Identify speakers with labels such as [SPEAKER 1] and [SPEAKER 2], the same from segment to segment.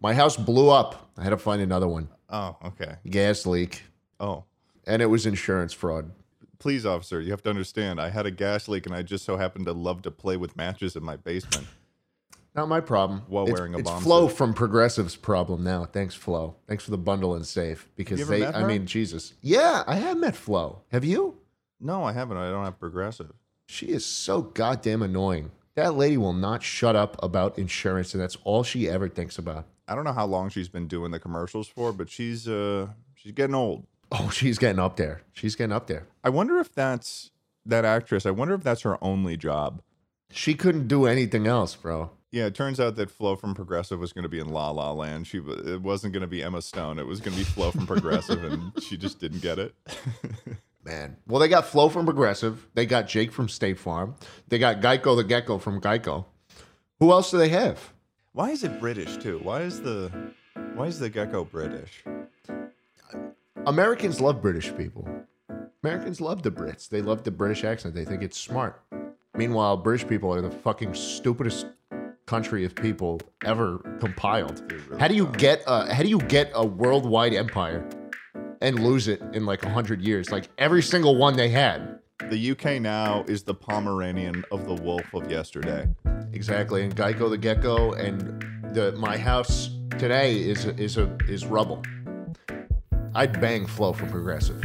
[SPEAKER 1] My house blew up. I had to find another one.
[SPEAKER 2] Oh, okay.
[SPEAKER 1] Gas leak.
[SPEAKER 2] Oh,
[SPEAKER 1] And it was insurance fraud.
[SPEAKER 2] please, officer, you have to understand. I had a gas leak, and I just so happened to love to play with matches in my basement.
[SPEAKER 1] Not my problem.
[SPEAKER 2] While
[SPEAKER 1] it's,
[SPEAKER 2] wearing a
[SPEAKER 1] it's
[SPEAKER 2] bomb
[SPEAKER 1] Flo from Progressive's problem now. Thanks, Flo. Thanks for the bundle and save. Because
[SPEAKER 2] You ever
[SPEAKER 1] they,
[SPEAKER 2] met
[SPEAKER 1] I
[SPEAKER 2] her?
[SPEAKER 1] mean, Jesus. Yeah, I have met Flo. Have you?
[SPEAKER 2] No, I haven't. I don't have progressive.
[SPEAKER 1] She is so goddamn annoying. That lady will not shut up about insurance, and that's all she ever thinks about.
[SPEAKER 2] I don't know how long she's been doing the commercials for, but she's uh she's getting old.
[SPEAKER 1] Oh, she's getting up there. She's getting up there.
[SPEAKER 2] I wonder if that's that actress. I wonder if that's her only job.
[SPEAKER 1] She couldn't do anything else, bro.
[SPEAKER 2] Yeah, it turns out that Flo from Progressive was going to be in La La Land. She wa- it wasn't going to be Emma Stone. It was going to be Flo from Progressive, and she just didn't get it.
[SPEAKER 1] Man. Well, they got Flo from Progressive. They got Jake from State Farm. They got Geico the Gecko from Geico. Who else do they have?
[SPEAKER 2] Why is it British too? Why is the why is the gecko British?
[SPEAKER 1] Americans love British people. Americans love the Brits. They love the British accent. They think it's smart. Meanwhile, British people are the fucking stupidest country of people ever compiled. How do you get a how do you get a worldwide empire and lose it in like 100 years? Like every single one they had.
[SPEAKER 2] The UK now is the Pomeranian of the wolf of yesterday.
[SPEAKER 1] Exactly. And Geico the Gecko and the my house today is a, is a is rubble. I'd bang Flo from Progressive.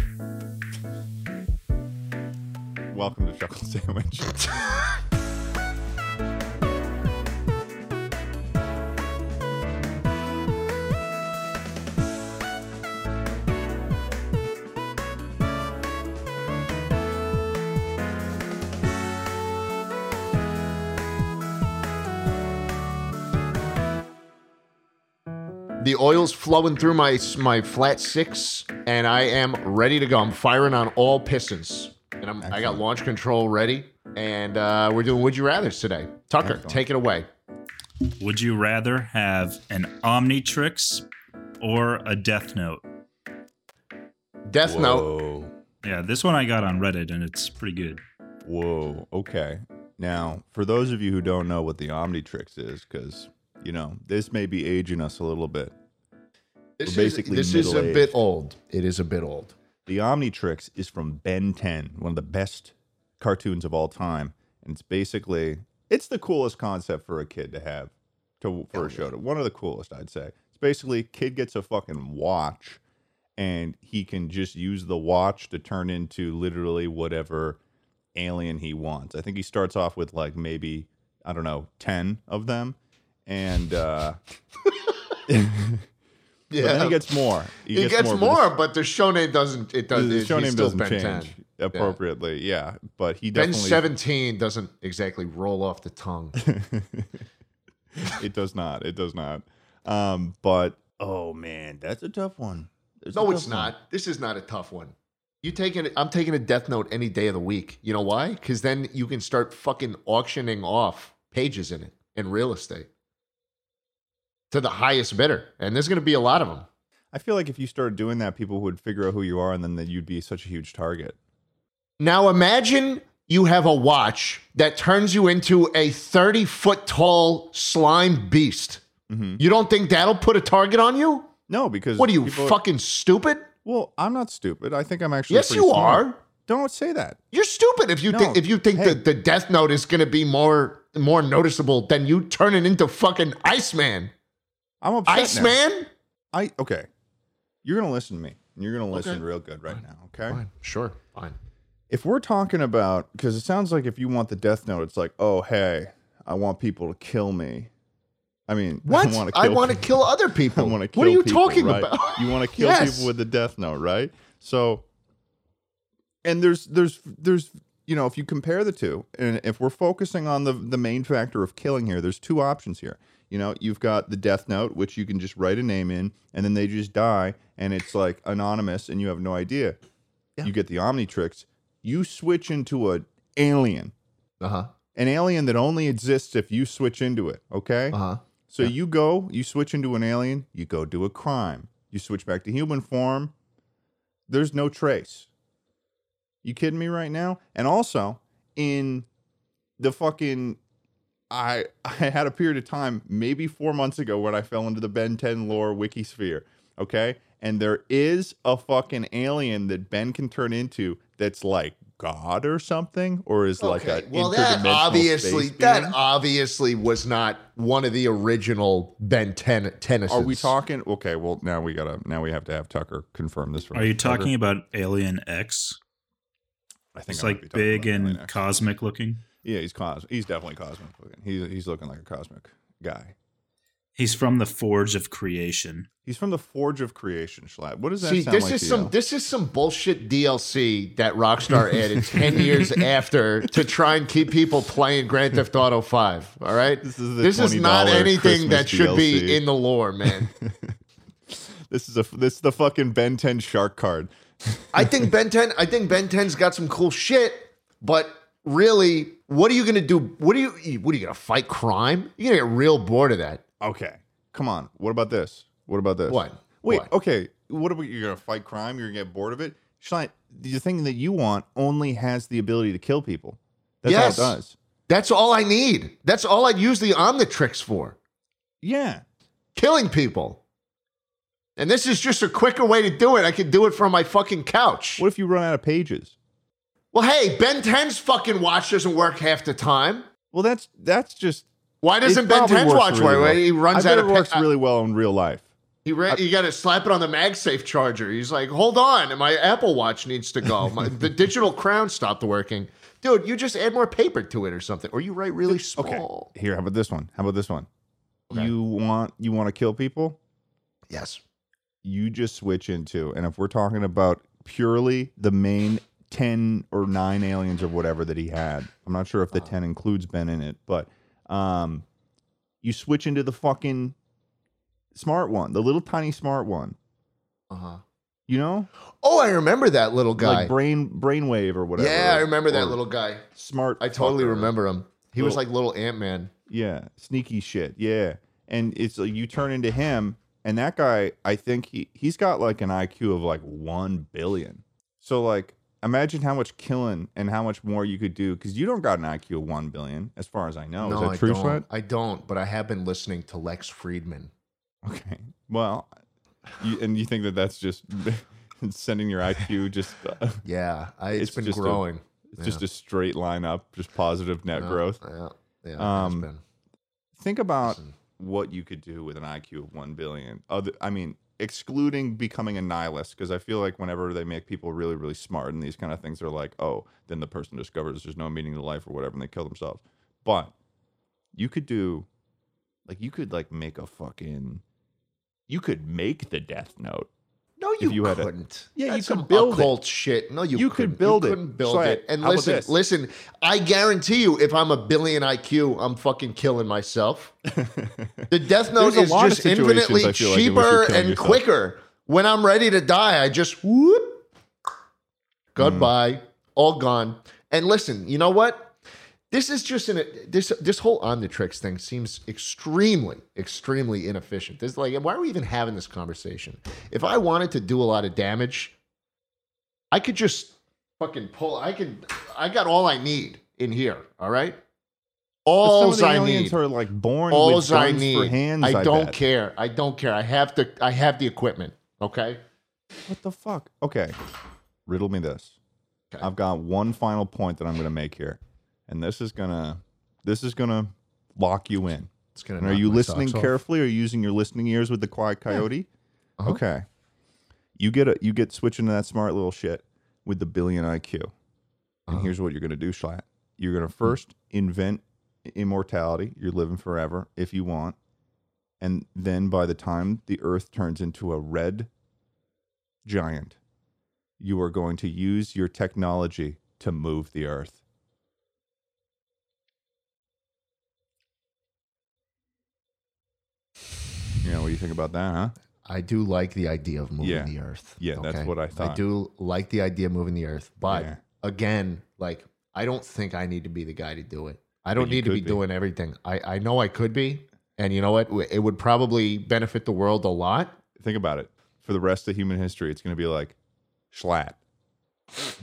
[SPEAKER 2] Welcome to Chuckle Sandwich.
[SPEAKER 1] The oil's flowing through my my flat six, and I am ready to go. I'm firing on all pistons, and I'm, I got
[SPEAKER 2] Excellent.
[SPEAKER 1] launch control ready. And uh, we're doing Would You Rather's today. Tucker,
[SPEAKER 2] Excellent.
[SPEAKER 1] take it away.
[SPEAKER 3] Would you rather have an Omnitrix or a Death Note?
[SPEAKER 1] Death Note.
[SPEAKER 2] Whoa.
[SPEAKER 3] Yeah, this one I got on Reddit and it's pretty good.
[SPEAKER 2] Whoa. Okay. Now, for those of you who don't know what the Omnitrix is, because you know this may be aging us a little bit,
[SPEAKER 1] This
[SPEAKER 2] We're
[SPEAKER 1] is,
[SPEAKER 2] basically
[SPEAKER 1] this is a
[SPEAKER 2] middle-aged.
[SPEAKER 1] bit old. It is a bit old.
[SPEAKER 2] the Omnitrix is from Ben 10, one of the best cartoons of all time, and it's basically it's the coolest concept for a kid to have to for a show. To, one of the coolest, I'd say. It's basically kid gets a fucking watch, and he can just use the watch to turn into literally whatever alien he wants. I think he starts off with like maybe I don't know ten of them, and uh, but then he gets more. He
[SPEAKER 1] It gets,
[SPEAKER 2] but it's-
[SPEAKER 1] more, but the show name doesn't. It doesn't.
[SPEAKER 2] the
[SPEAKER 1] His
[SPEAKER 2] show name
[SPEAKER 1] still
[SPEAKER 2] doesn't
[SPEAKER 1] ben
[SPEAKER 2] change
[SPEAKER 1] 10.
[SPEAKER 2] appropriately. Yeah. but he
[SPEAKER 1] Ben
[SPEAKER 2] definitely
[SPEAKER 1] seventeen doesn't exactly roll off the tongue.
[SPEAKER 2] it does not. It does not. Um, but oh man, that's a tough one. It's a
[SPEAKER 1] no,
[SPEAKER 2] tough
[SPEAKER 1] it's
[SPEAKER 2] one.
[SPEAKER 1] not. This is not a tough one. You taking? I'm taking a Death Note any day of the week. You know why? Because then you can start fucking auctioning off pages in it in real estate to the highest bidder, and there's going to be a lot of them.
[SPEAKER 2] I feel like if you started doing that, people would figure out who you are, and then that you'd be such a huge target.
[SPEAKER 1] Now imagine you have a watch that turns you into a 30 foot tall slime beast. You don't think that'll put a target on you?
[SPEAKER 2] Mm-hmm. No, because
[SPEAKER 1] What are you
[SPEAKER 2] people-
[SPEAKER 1] fucking stupid?
[SPEAKER 2] Well, I'm not stupid. I think I'm actually.
[SPEAKER 1] Yes,
[SPEAKER 2] pretty
[SPEAKER 1] you
[SPEAKER 2] smart.
[SPEAKER 1] are.
[SPEAKER 2] Don't say that.
[SPEAKER 1] You're stupid if you
[SPEAKER 2] No,
[SPEAKER 1] think if you think
[SPEAKER 2] hey.
[SPEAKER 1] that the Death Note is going to be more more noticeable than you turning into fucking Iceman.
[SPEAKER 2] I'm upset. now.
[SPEAKER 1] Iceman?
[SPEAKER 2] I okay. You're gonna listen to me. You're gonna listen
[SPEAKER 1] Okay.
[SPEAKER 2] real good right now. Okay.
[SPEAKER 1] Fine, sure, fine.
[SPEAKER 2] if we're talking about because it sounds like if you want the death note it's like oh hey i want people to kill me i mean
[SPEAKER 1] What?
[SPEAKER 2] i want to
[SPEAKER 1] I
[SPEAKER 2] kill,
[SPEAKER 1] want to
[SPEAKER 2] people.
[SPEAKER 1] kill other people.
[SPEAKER 2] I wanna
[SPEAKER 1] what are
[SPEAKER 2] kill
[SPEAKER 1] you
[SPEAKER 2] people,
[SPEAKER 1] talking
[SPEAKER 2] right?
[SPEAKER 1] about?
[SPEAKER 2] you want to kill
[SPEAKER 1] Yes.
[SPEAKER 2] people with the death note right so and there's there's there's you know if you compare the two and if we're focusing on the the main factor of killing here there's two options here you know you've got the death note which you can just write a name in and then they just die and it's like anonymous and you have no idea you get the omnitrix you switch into an alien
[SPEAKER 1] Uh-huh.
[SPEAKER 2] an alien that only exists if you switch into it okay
[SPEAKER 1] Uh-huh.
[SPEAKER 2] so you go, you switch into an alien, you go do a crime, you switch back to human form. There's no trace. You kidding me right now? And also in the fucking I I had a period of time, maybe four months ago, when I fell into the Ben 10 lore wiki sphere. Okay. And there is a fucking alien that Ben can turn into that's like God or something, or is like a
[SPEAKER 1] well, that
[SPEAKER 2] interdimensional
[SPEAKER 1] obviously
[SPEAKER 2] space
[SPEAKER 1] that
[SPEAKER 2] being.
[SPEAKER 1] obviously was not one of the original Ben Ten Tennyson.
[SPEAKER 2] Are we talking? Okay, well now we gotta now we have to have Tucker confirm this. For
[SPEAKER 3] Are you
[SPEAKER 2] us. Tucker?
[SPEAKER 3] talking about Alien X?
[SPEAKER 2] I think
[SPEAKER 3] It's
[SPEAKER 2] I might be
[SPEAKER 3] like
[SPEAKER 2] talking
[SPEAKER 3] big
[SPEAKER 2] about
[SPEAKER 3] and
[SPEAKER 2] Alien X.
[SPEAKER 3] cosmic looking.
[SPEAKER 2] yeah, he's cos he's definitely cosmic looking. He's he's looking like a cosmic guy.
[SPEAKER 3] He's from the Forge of Creation.
[SPEAKER 2] He's from the Forge of Creation. Schlatt. What does that
[SPEAKER 1] See,
[SPEAKER 2] sound
[SPEAKER 1] this
[SPEAKER 2] like
[SPEAKER 1] is
[SPEAKER 2] to
[SPEAKER 1] some
[SPEAKER 2] you?
[SPEAKER 1] this is some bullshit DLC that Rockstar added ten years after to try and keep people playing Grand Theft Auto Five. All right,
[SPEAKER 2] This is the
[SPEAKER 1] this is not
[SPEAKER 2] $20
[SPEAKER 1] anything that
[SPEAKER 2] Christmas
[SPEAKER 1] should be
[SPEAKER 2] DLC.
[SPEAKER 1] in the lore, man.
[SPEAKER 2] This is a this is the fucking Ben 10 shark card.
[SPEAKER 1] I think Ben Ten. I think Ben Ten's got some cool shit, but really, what are you gonna do? What are you? What are you gonna fight crime? You're gonna get real bored of that.
[SPEAKER 2] Okay, come on. What about this? What about this?
[SPEAKER 1] What?
[SPEAKER 2] Wait.
[SPEAKER 1] What?
[SPEAKER 2] Okay. What about you're gonna fight crime? You're gonna get bored of it. Schlein, the thing that you want only has the ability to kill people. That's
[SPEAKER 1] Yes.
[SPEAKER 2] all it does.
[SPEAKER 1] That's all I need. That's all I'd use the Omnitrix for.
[SPEAKER 2] Yeah.
[SPEAKER 1] killing people. And this is just a quicker way to do it. I could do it from my fucking couch.
[SPEAKER 2] What if you run out of pages?
[SPEAKER 1] Well, hey, Ben 10's fucking watch doesn't work half the time.
[SPEAKER 2] Well, that's that's just.
[SPEAKER 1] Why doesn't
[SPEAKER 2] it
[SPEAKER 1] Ben
[SPEAKER 2] probably
[SPEAKER 1] 10's
[SPEAKER 2] works
[SPEAKER 1] watch
[SPEAKER 2] really
[SPEAKER 1] work?
[SPEAKER 2] well.
[SPEAKER 1] He runs
[SPEAKER 2] I
[SPEAKER 1] out
[SPEAKER 2] bet
[SPEAKER 1] of
[SPEAKER 2] it works
[SPEAKER 1] pa-
[SPEAKER 2] really well in real life.
[SPEAKER 1] He ran, you got to slap it on the MagSafe charger. He's like, hold on, my Apple Watch needs to go. My, the digital crown stopped working. Dude, you just add more paper to it or something, or you write really
[SPEAKER 2] Okay.
[SPEAKER 1] small.
[SPEAKER 2] Here, how about this one? How about this one?
[SPEAKER 1] Okay.
[SPEAKER 2] You want you want to kill people?
[SPEAKER 1] Yes.
[SPEAKER 2] you just switch into, and if we're talking about purely the main 10 or 9 aliens or whatever that he had, I'm not sure if
[SPEAKER 1] Uh-huh.
[SPEAKER 2] the 10 includes Ben in it, but um, you switch into the fucking smart one, the little tiny smart one,
[SPEAKER 1] Uh huh.
[SPEAKER 2] you know?
[SPEAKER 1] Oh, I remember that little guy.
[SPEAKER 2] Like brain brainwave or whatever.
[SPEAKER 1] yeah, I remember
[SPEAKER 2] or
[SPEAKER 1] that little guy.
[SPEAKER 2] smart.
[SPEAKER 1] I totally
[SPEAKER 2] fucker.
[SPEAKER 1] remember him. He was
[SPEAKER 2] Little-
[SPEAKER 1] like little Ant Man.
[SPEAKER 2] Yeah, sneaky shit. Yeah, and it's like you turn into him, and that guy, I think he he's got like an IQ of like one billion. So like, imagine how much killing and how much more you could do because you don't got an IQ of one billion, as far as I know. Is that
[SPEAKER 1] I
[SPEAKER 2] true,
[SPEAKER 1] don't.
[SPEAKER 2] Schlatt?
[SPEAKER 1] I don't, but I have been listening to Lex Friedman.
[SPEAKER 2] Okay. Well, you, and you think that that's just sending your IQ just uh,
[SPEAKER 1] Yeah, I,
[SPEAKER 2] It's
[SPEAKER 1] it's been
[SPEAKER 2] just a-
[SPEAKER 1] growing.
[SPEAKER 2] it's just a straight line up, just positive net
[SPEAKER 1] Yeah,
[SPEAKER 2] growth.
[SPEAKER 1] Yeah, yeah. it has
[SPEAKER 2] Um, uh,
[SPEAKER 1] been.
[SPEAKER 2] think about
[SPEAKER 1] Listen.
[SPEAKER 2] what you could do with an IQ of 1 billion. Other, I mean, excluding becoming a nihilist, because I feel like whenever they make people really, really smart and these kind of things, they're like, oh, then the person discovers there's no meaning to life or whatever and they kill themselves. But you could do, like, you could, like, make a fucking, you could make the death note.
[SPEAKER 1] No,
[SPEAKER 2] if
[SPEAKER 1] you,
[SPEAKER 2] you had a-
[SPEAKER 1] couldn't.
[SPEAKER 2] Yeah, you
[SPEAKER 1] That's
[SPEAKER 2] could
[SPEAKER 1] some
[SPEAKER 2] build it.
[SPEAKER 1] occult shit. No, you,
[SPEAKER 2] You could
[SPEAKER 1] couldn't.
[SPEAKER 2] build it.
[SPEAKER 1] you couldn't build
[SPEAKER 2] Try
[SPEAKER 1] it.
[SPEAKER 2] it.
[SPEAKER 1] And
[SPEAKER 2] How about
[SPEAKER 1] listen,
[SPEAKER 2] this?
[SPEAKER 1] listen. I guarantee you, if I'm a billion IQ, I'm fucking killing myself. The Death Note
[SPEAKER 2] There's a
[SPEAKER 1] is
[SPEAKER 2] lot of
[SPEAKER 1] just
[SPEAKER 2] situations
[SPEAKER 1] infinitely
[SPEAKER 2] I feel like in which you're
[SPEAKER 1] cheaper
[SPEAKER 2] killing
[SPEAKER 1] and
[SPEAKER 2] yourself.
[SPEAKER 1] quicker. When I'm ready to die, I just whoop,
[SPEAKER 2] Hmm.
[SPEAKER 1] goodbye, all gone. And listen, you know what? This is just an this this whole Omnitrix thing seems extremely extremely inefficient. This is like why are we even having this conversation? If I wanted to do a lot of damage, I could just fucking pull. I could. I got all I need in here. All right.
[SPEAKER 2] But
[SPEAKER 1] All
[SPEAKER 2] some of
[SPEAKER 1] I
[SPEAKER 2] the
[SPEAKER 1] need.
[SPEAKER 2] aliens are like born with
[SPEAKER 1] All
[SPEAKER 2] guns
[SPEAKER 1] I need.
[SPEAKER 2] for hands.
[SPEAKER 1] I,
[SPEAKER 2] I
[SPEAKER 1] don't
[SPEAKER 2] bet.
[SPEAKER 1] care. I don't care. I have the I have the equipment. Okay.
[SPEAKER 2] What the fuck? Okay. Riddle me this.
[SPEAKER 1] 'Kay.
[SPEAKER 2] I've got one final point that I'm going to make here. And this is going to this is going to lock you in.
[SPEAKER 1] It's gonna.
[SPEAKER 2] And are you listening carefully? Are you using your listening ears with the quiet coyote?
[SPEAKER 1] Uh-huh.
[SPEAKER 2] Okay. You get a you get switching to that smart little shit with the billion IQ. And
[SPEAKER 1] Uh-huh. Hmm.
[SPEAKER 2] here's what you're going to do, Schlatt. You're going to first invent immortality. You're living forever if you want. And then by the time the earth turns into a red giant, you are going to use your technology to move the earth. You know, what do you think about that, huh?
[SPEAKER 1] I do like the idea of moving
[SPEAKER 2] Yeah.
[SPEAKER 1] the Earth.
[SPEAKER 2] Yeah, that's what I
[SPEAKER 1] I
[SPEAKER 2] thought.
[SPEAKER 1] do like the idea of moving the Earth, but
[SPEAKER 2] Yeah.
[SPEAKER 1] again, like I don't think I need to be the guy to do it. I don't
[SPEAKER 2] you
[SPEAKER 1] need to
[SPEAKER 2] could
[SPEAKER 1] be,
[SPEAKER 2] be.
[SPEAKER 1] doing everything. I I know I could be, and you know what? It would probably benefit the world a lot.
[SPEAKER 2] Think about it. For the rest of human history, it's going to be like, Schlatt,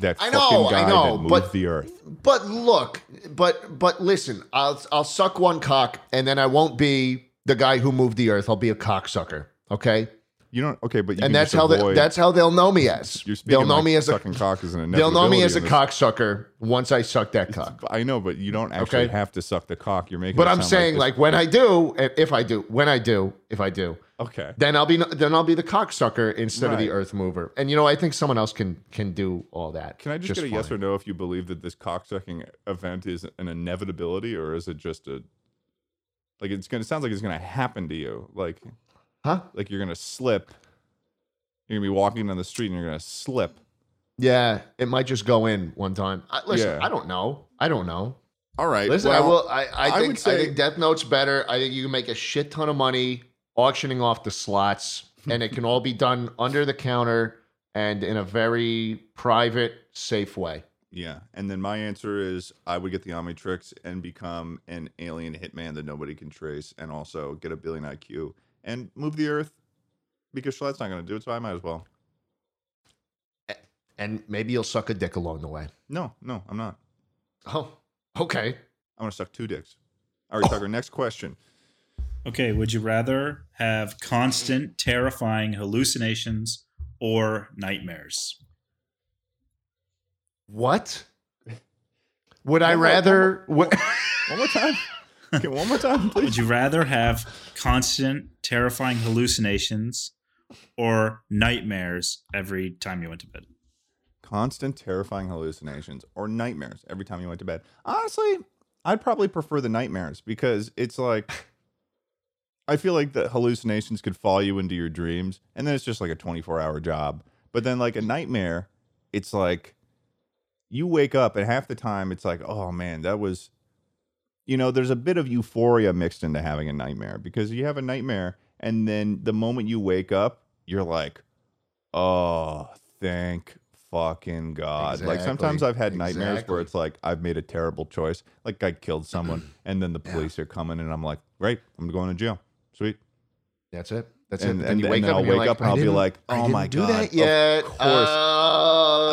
[SPEAKER 2] That
[SPEAKER 1] I
[SPEAKER 2] fucking
[SPEAKER 1] know, I
[SPEAKER 2] guy
[SPEAKER 1] know,
[SPEAKER 2] that moved
[SPEAKER 1] but-
[SPEAKER 2] the earth.
[SPEAKER 1] But look, but but listen, I'll I'll suck one cock, and then I won't be the guy who moved the earth. I'll be a cocksucker. Okay,
[SPEAKER 2] You don't okay, but you can
[SPEAKER 1] and that's
[SPEAKER 2] just
[SPEAKER 1] how they,
[SPEAKER 2] avoid-
[SPEAKER 1] that's how they'll know me as.
[SPEAKER 2] you're speaking
[SPEAKER 1] They'll know
[SPEAKER 2] like
[SPEAKER 1] me as a
[SPEAKER 2] sucking cock is an
[SPEAKER 1] they'll know me as a
[SPEAKER 2] inevitability
[SPEAKER 1] cocksucker once I suck that
[SPEAKER 2] in this.
[SPEAKER 1] cock.
[SPEAKER 2] I know, but you don't actually
[SPEAKER 1] Okay.
[SPEAKER 2] have to suck the cock. You're making.
[SPEAKER 1] But
[SPEAKER 2] it
[SPEAKER 1] I'm
[SPEAKER 2] sound
[SPEAKER 1] saying
[SPEAKER 2] like,
[SPEAKER 1] like when I do, and if I do, when I do, if I do,
[SPEAKER 2] this- okay,
[SPEAKER 1] then I'll be then I'll be the cocksucker instead of the
[SPEAKER 2] Right.
[SPEAKER 1] earth mover. And you know, I think someone else can can do all that.
[SPEAKER 2] Can I just, get a yes
[SPEAKER 1] fine.
[SPEAKER 2] or no if you believe that this cocksucking event is an inevitability or is it just a like it's gonna it sounds like it's gonna happen to you. Like
[SPEAKER 1] Huh?
[SPEAKER 2] like you're gonna slip. You're gonna be walking down the street and you're gonna slip.
[SPEAKER 1] Yeah, it might just go in one time. I, listen,
[SPEAKER 2] Yeah.
[SPEAKER 1] I don't know. I don't know.
[SPEAKER 2] All right.
[SPEAKER 1] Listen, I
[SPEAKER 2] well,
[SPEAKER 1] will. I, I
[SPEAKER 2] I
[SPEAKER 1] think
[SPEAKER 2] would say-
[SPEAKER 1] I think Death Note's better. I think you can make a shit ton of money auctioning off the slots, and it can all be done under the counter and in a very private, safe way.
[SPEAKER 2] Yeah. And then my answer is I would get the Omnitrix and become an alien hitman that nobody can trace and also get a billion IQ and move the earth because Schlett's not gonna do it, so I might as well.
[SPEAKER 1] And maybe you'll suck a dick along the way.
[SPEAKER 2] No, no, I'm not.
[SPEAKER 1] Oh, okay.
[SPEAKER 2] I'm gonna suck two dicks. All right, Tucker, next question.
[SPEAKER 3] Okay, would you rather have constant terrifying hallucinations or nightmares?
[SPEAKER 1] What? Would I
[SPEAKER 2] One more-
[SPEAKER 1] rather? Would,
[SPEAKER 2] One more time. Okay, one more time, please.
[SPEAKER 3] Would you rather have constant terrifying hallucinations or nightmares every time you went to bed?
[SPEAKER 2] Constant terrifying hallucinations or nightmares every time you went to bed. Honestly, I'd probably prefer the nightmares because it's like I feel like the hallucinations could fall you into your dreams and then it's just like a 24 hour job. But then like a nightmare, it's like you wake up and half the time it's like, oh man, that was you know, there's a bit of euphoria mixed into having a nightmare because you have a nightmare and then the moment you wake up, you're like, oh, thank fucking God. Like sometimes
[SPEAKER 1] Exactly.
[SPEAKER 2] I've had nightmares
[SPEAKER 1] Exactly.
[SPEAKER 2] where it's like I've made a terrible choice, like I killed someone and then the police are coming and I'm like, right, I'm going to jail. Sweet.
[SPEAKER 1] that's it. That's
[SPEAKER 2] And-
[SPEAKER 1] it.
[SPEAKER 2] and-
[SPEAKER 1] you
[SPEAKER 2] and then I'll
[SPEAKER 1] you're
[SPEAKER 2] wake up and
[SPEAKER 1] "I
[SPEAKER 2] I'll be
[SPEAKER 1] didn't-
[SPEAKER 2] like,
[SPEAKER 1] I
[SPEAKER 2] oh
[SPEAKER 1] didn't
[SPEAKER 2] my
[SPEAKER 1] do
[SPEAKER 2] God,
[SPEAKER 1] that
[SPEAKER 2] of
[SPEAKER 1] yet.
[SPEAKER 2] course.
[SPEAKER 1] I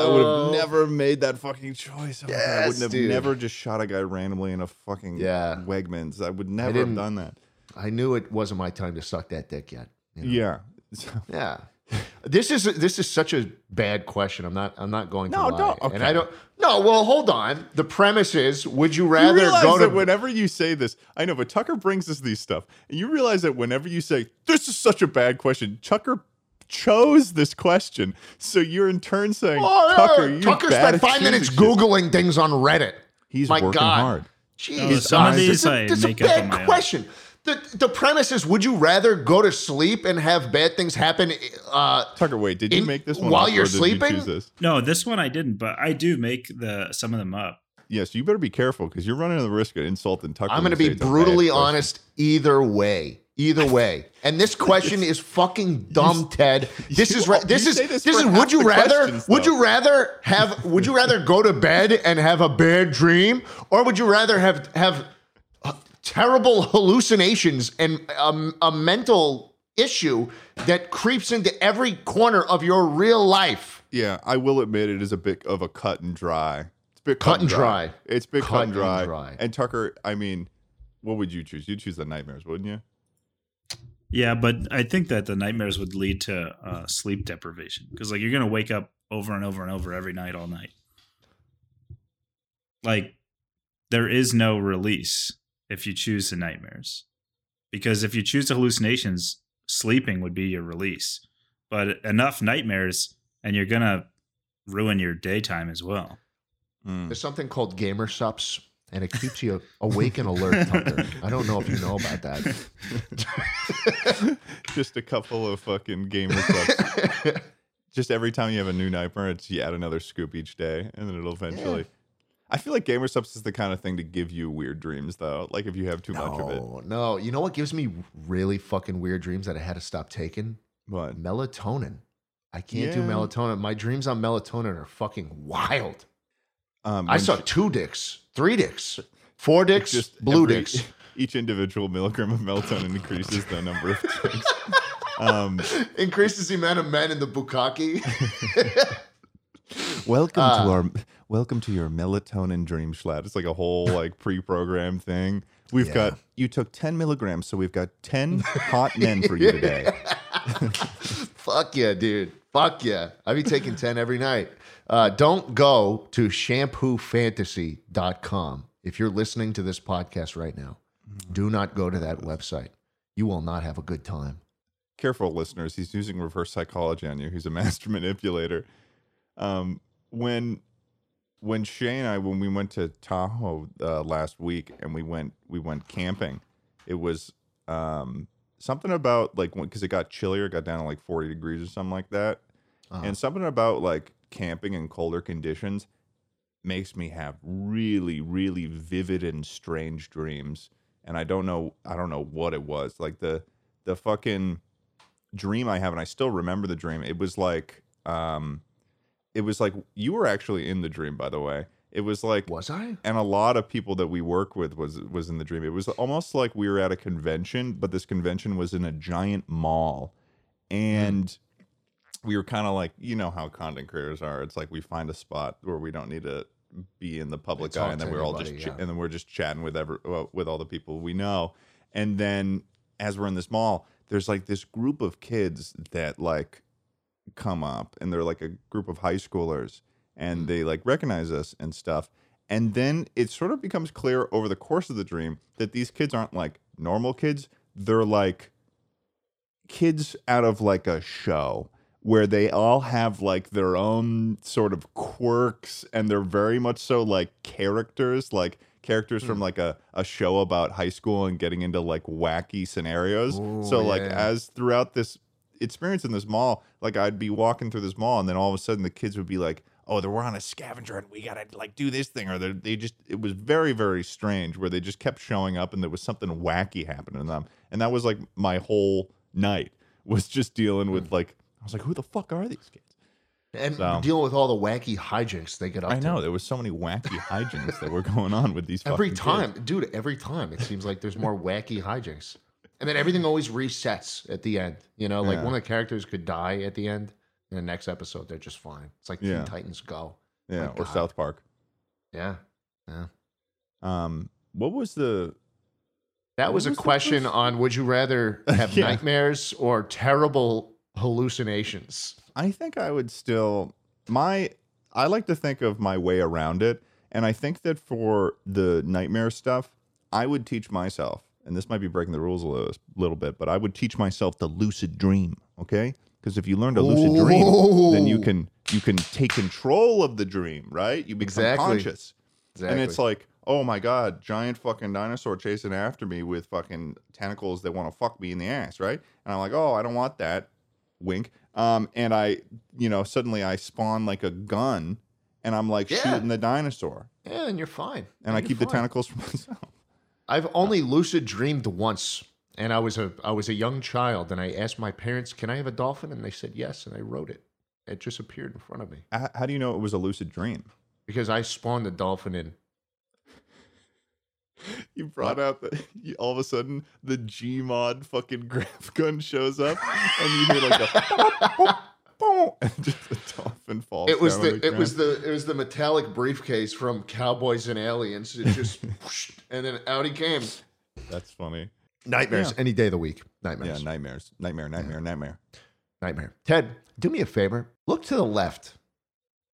[SPEAKER 2] I would have never made that fucking choice. Oh my God, I
[SPEAKER 1] Oh. Yes,
[SPEAKER 2] wouldn't have
[SPEAKER 1] dude.
[SPEAKER 2] never just shot a guy randomly in a fucking
[SPEAKER 1] Yeah.
[SPEAKER 2] Wegmans. I would never have
[SPEAKER 1] didn't-
[SPEAKER 2] done that.
[SPEAKER 1] I knew it wasn't my time to suck that dick yet. you know?
[SPEAKER 2] Yeah. So,
[SPEAKER 1] Yeah. This is this is such a bad question. I'm not I'm not going to
[SPEAKER 2] No,
[SPEAKER 1] lie.
[SPEAKER 2] don't-
[SPEAKER 1] And
[SPEAKER 2] okay.
[SPEAKER 1] I don't No, well, hold on. The premise is would you rather
[SPEAKER 2] you realize
[SPEAKER 1] go to
[SPEAKER 2] that whenever you say this, I know, but Tucker brings us these stuff, and you realize that whenever you say this is such a bad question, Tucker chose this question, so you're in turn saying,
[SPEAKER 1] Oh, yeah.
[SPEAKER 2] Tucker, you
[SPEAKER 1] Tucker
[SPEAKER 2] bad
[SPEAKER 1] spent
[SPEAKER 2] at
[SPEAKER 1] 5 minutes
[SPEAKER 2] choosing shit."
[SPEAKER 1] googling things on Reddit.
[SPEAKER 2] He's
[SPEAKER 1] My
[SPEAKER 2] working
[SPEAKER 1] God.
[SPEAKER 2] hard.
[SPEAKER 1] Jeez.
[SPEAKER 3] some of
[SPEAKER 1] guys,
[SPEAKER 3] these
[SPEAKER 1] it's a-
[SPEAKER 3] I
[SPEAKER 1] it's
[SPEAKER 3] make
[SPEAKER 1] a
[SPEAKER 3] up on
[SPEAKER 1] bad
[SPEAKER 3] my own.
[SPEAKER 1] question. The, the premise is would you rather go to sleep and have bad things happen uh,
[SPEAKER 2] Tucker, wait, did you
[SPEAKER 1] In-
[SPEAKER 2] make this one
[SPEAKER 1] while
[SPEAKER 2] up, or
[SPEAKER 1] you're
[SPEAKER 2] did you
[SPEAKER 1] sleeping?
[SPEAKER 2] choose this?
[SPEAKER 3] No, this one I didn't, but I do make the some of them up.
[SPEAKER 2] Yes, you better be careful because you're running the risk of insulting Tucker.
[SPEAKER 1] I'm
[SPEAKER 2] when
[SPEAKER 1] going to
[SPEAKER 2] you
[SPEAKER 1] be
[SPEAKER 2] say it's a bad
[SPEAKER 1] brutally
[SPEAKER 2] question.
[SPEAKER 1] honest either way. Either way, and this question is fucking dumb, Ted. This
[SPEAKER 2] you
[SPEAKER 1] is ra-
[SPEAKER 2] all-
[SPEAKER 1] this
[SPEAKER 2] you
[SPEAKER 1] is
[SPEAKER 2] say this
[SPEAKER 1] this,
[SPEAKER 2] for
[SPEAKER 1] is.
[SPEAKER 2] half
[SPEAKER 1] Would you
[SPEAKER 2] the
[SPEAKER 1] rather?
[SPEAKER 2] questions,
[SPEAKER 1] Would
[SPEAKER 2] though.
[SPEAKER 1] you rather have? Would you rather go to bed and have a bad dream, or would you rather have have uh, terrible hallucinations and um, a mental issue that creeps into every corner of your real life?
[SPEAKER 2] Yeah, I will admit it is a bit of a cut and dry. It's a bit
[SPEAKER 1] Cut and dry.
[SPEAKER 2] It's a bit cut,
[SPEAKER 1] Cut
[SPEAKER 2] and,
[SPEAKER 1] and
[SPEAKER 2] dry. and
[SPEAKER 1] dry.
[SPEAKER 2] Tucker, I mean, what would you choose? You'd choose the nightmares, wouldn't you?
[SPEAKER 3] Yeah, but I think that the nightmares would lead to uh, sleep deprivation because like you're gonna wake up over and over and over every night all night. Like there is no release if you choose the nightmares, because if you choose the hallucinations, sleeping would be your release. But enough nightmares, and you're gonna ruin your daytime as well.
[SPEAKER 2] Mm.
[SPEAKER 1] There's something called gamer subs, and it keeps you awake and alert. Tucker. I don't know if you know about that.
[SPEAKER 2] Just a couple of fucking gamer stuff. Just every time you have a new nightmare, it's you add another scoop each day, and then it'll eventually. I feel like gamer subs is the kind of thing to give you weird dreams, though. Like if you have too much of it,
[SPEAKER 1] No, no. You know what gives me really fucking weird dreams that I had to stop taking?
[SPEAKER 2] but
[SPEAKER 1] Melatonin. I can't do
[SPEAKER 2] Yeah.
[SPEAKER 1] melatonin. My dreams on melatonin are fucking wild.
[SPEAKER 2] um,
[SPEAKER 1] I
[SPEAKER 2] when
[SPEAKER 1] saw two dicks, three dicks, four dicks,
[SPEAKER 2] just
[SPEAKER 1] blue
[SPEAKER 2] every-
[SPEAKER 1] dicks.
[SPEAKER 2] Each individual milligram of melatonin increases the number of drinks. Um,
[SPEAKER 1] Increases the amount of men in the bukkake.
[SPEAKER 2] Welcome
[SPEAKER 1] Uh,
[SPEAKER 2] to our welcome to your melatonin dream schlab. It's like a whole like pre-programmed thing. We've
[SPEAKER 1] Yeah.
[SPEAKER 2] got you took 10 milligrams, so we've got 10 hot men for you today.
[SPEAKER 1] Fuck yeah, dude. Fuck yeah. I be taking 10 every night. Uh, don't go to shampoofantasy.com. If you're listening to this podcast right now,
[SPEAKER 2] Mm-hmm.
[SPEAKER 1] do not go to that website. You will not have a good time.
[SPEAKER 2] Careful, listeners. He's using reverse psychology on you. He's a master manipulator. Um, when when Shay and I when we went to Tahoe uh, last week and we went we went camping, it was um, something about like because it got chillier, it got down to like forty degrees or something like that.
[SPEAKER 1] Uh-huh.
[SPEAKER 2] and something about like camping in colder conditions makes me have really really vivid and strange dreams and i don't know i don't know what it was like the the fucking dream i have and i still remember the dream it was like um it was like you were actually in the dream by the way it was like
[SPEAKER 1] Um, Was I?
[SPEAKER 2] and a lot of people that we work with was was in the dream. It was almost like we were at a convention, but this convention was in a giant mall, and we were kind of like, you know how content creators are. It's like we find a spot where we don't need to be in the public
[SPEAKER 1] Talk
[SPEAKER 2] eye, and
[SPEAKER 1] to
[SPEAKER 2] then we're all just
[SPEAKER 1] anybody,
[SPEAKER 2] ch-
[SPEAKER 1] yeah.
[SPEAKER 2] and then we're just chatting with every well, with all the people we know, and then as we're in this mall, there's like this group of kids that like come up and they're like a group of high schoolers and
[SPEAKER 1] Mm.
[SPEAKER 2] they like recognize us and stuff and then it sort of becomes clear over the course of the dream that these kids aren't like normal kids they're like kids out of like a show where they all have like their own sort of quirks and they're very much so like characters like characters
[SPEAKER 1] Mm.
[SPEAKER 2] from like a, a show about high school and getting into like wacky scenarios
[SPEAKER 1] Ooh,
[SPEAKER 2] so like
[SPEAKER 1] yeah.
[SPEAKER 2] as throughout this experience in this mall like i'd be walking through this mall and then all of a sudden the kids would be like oh they're we're on a scavenger and we gotta like do this thing or they're, they just it was very very strange where they just kept showing up and there was something wacky happening to them and that was like my whole night was just dealing with
[SPEAKER 1] Hmm.
[SPEAKER 2] like i was like who the fuck are these kids
[SPEAKER 1] And
[SPEAKER 2] So.
[SPEAKER 1] dealing with all the wacky hijinks they get up
[SPEAKER 2] i know
[SPEAKER 1] to.
[SPEAKER 2] there was so many wacky hijinks that were going on with these
[SPEAKER 1] Every
[SPEAKER 2] fucking kids.
[SPEAKER 1] time, dude, every time it seems like there's more wacky hijinks. And then everything always resets at the end. You know, like
[SPEAKER 2] Yeah.
[SPEAKER 1] one of the characters could die at the end. In the next episode, they're just fine. It's like
[SPEAKER 2] Yeah.
[SPEAKER 1] Teen Titans Go.
[SPEAKER 2] yeah
[SPEAKER 1] My
[SPEAKER 2] or
[SPEAKER 1] God.
[SPEAKER 2] south park
[SPEAKER 1] Yeah.
[SPEAKER 2] um what was the
[SPEAKER 1] That
[SPEAKER 2] What
[SPEAKER 1] was, a
[SPEAKER 2] was the
[SPEAKER 1] question
[SPEAKER 2] first-
[SPEAKER 1] on would you rather have
[SPEAKER 2] Yeah.
[SPEAKER 1] nightmares or terrible hallucinations?
[SPEAKER 2] I think I would still my I like to think of my way around it, and I think that for the nightmare stuff, I would teach myself, and this might be breaking the rules a little, little bit, but I would teach myself the lucid dream, okay? Because if you learn to lucid dream, then you
[SPEAKER 1] Ooh.
[SPEAKER 2] can you can take control of the dream, right? You become
[SPEAKER 1] Exactly.
[SPEAKER 2] conscious.
[SPEAKER 1] Exactly.
[SPEAKER 2] And it's like, oh my god, giant fucking dinosaur chasing after me with fucking tentacles that want to fuck me in the ass, right? And I'm like, oh, I don't want that, wink. Um, and I, you know, suddenly I spawn like a gun, and I'm like
[SPEAKER 1] Yeah.
[SPEAKER 2] shooting the dinosaur,
[SPEAKER 1] yeah, and you're fine.
[SPEAKER 2] and I
[SPEAKER 1] You're
[SPEAKER 2] keep the
[SPEAKER 1] fine.
[SPEAKER 2] tentacles for myself.
[SPEAKER 1] I've only lucid dreamed once, and I was a I was a young child, and I asked my parents, "Can I have a dolphin?" And they said yes, and I wrote it. It just appeared in front of me
[SPEAKER 2] How, how do you know it was a lucid dream?
[SPEAKER 1] because I spawned a dolphin in.
[SPEAKER 2] You brought out the you, all of a sudden the Gmod fucking graph gun shows up, and you hear like a. and just a dolphin falls.
[SPEAKER 1] It was
[SPEAKER 2] down on
[SPEAKER 1] the it
[SPEAKER 2] ground.
[SPEAKER 1] was the it was the metallic briefcase from Cowboys and Aliens. It just whoosh, and then out he came.
[SPEAKER 2] That's funny.
[SPEAKER 1] Nightmares any day of the week. Nightmares.
[SPEAKER 2] Yeah, nightmares. Nightmare, nightmare, nightmare.
[SPEAKER 1] Nightmare. Ted, do me a favor. Look to the left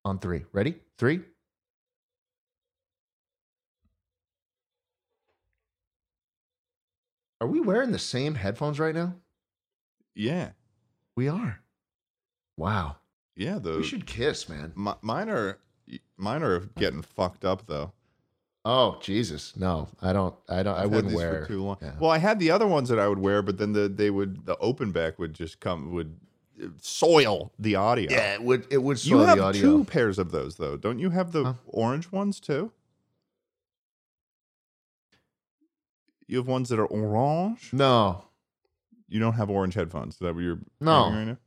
[SPEAKER 1] on three. Ready? Three. Are we wearing the same headphones right now?
[SPEAKER 2] Yeah.
[SPEAKER 1] We are. Wow.
[SPEAKER 2] Yeah,
[SPEAKER 1] We
[SPEAKER 2] the
[SPEAKER 1] should kiss, man.
[SPEAKER 2] mi- mine are mine are getting fucked up though.
[SPEAKER 1] Oh, Jesus. No, I don't. I don't. I
[SPEAKER 2] I've had
[SPEAKER 1] wouldn't
[SPEAKER 2] these
[SPEAKER 1] wear.
[SPEAKER 2] for too long.
[SPEAKER 1] yeah.
[SPEAKER 2] Well, I had the other ones that I would wear, but then the they would the open back would just come would uh, soil the audio.
[SPEAKER 1] yeah, it would. It would
[SPEAKER 2] You
[SPEAKER 1] slow
[SPEAKER 2] have
[SPEAKER 1] the audio.
[SPEAKER 2] two pairs of those though. Don't you have the
[SPEAKER 1] Huh?
[SPEAKER 2] orange ones too? You have ones that are
[SPEAKER 1] Hmm?
[SPEAKER 2] orange?
[SPEAKER 1] No,
[SPEAKER 2] You don't have orange headphones. Is that what you're
[SPEAKER 1] No.
[SPEAKER 2] arguing Right now?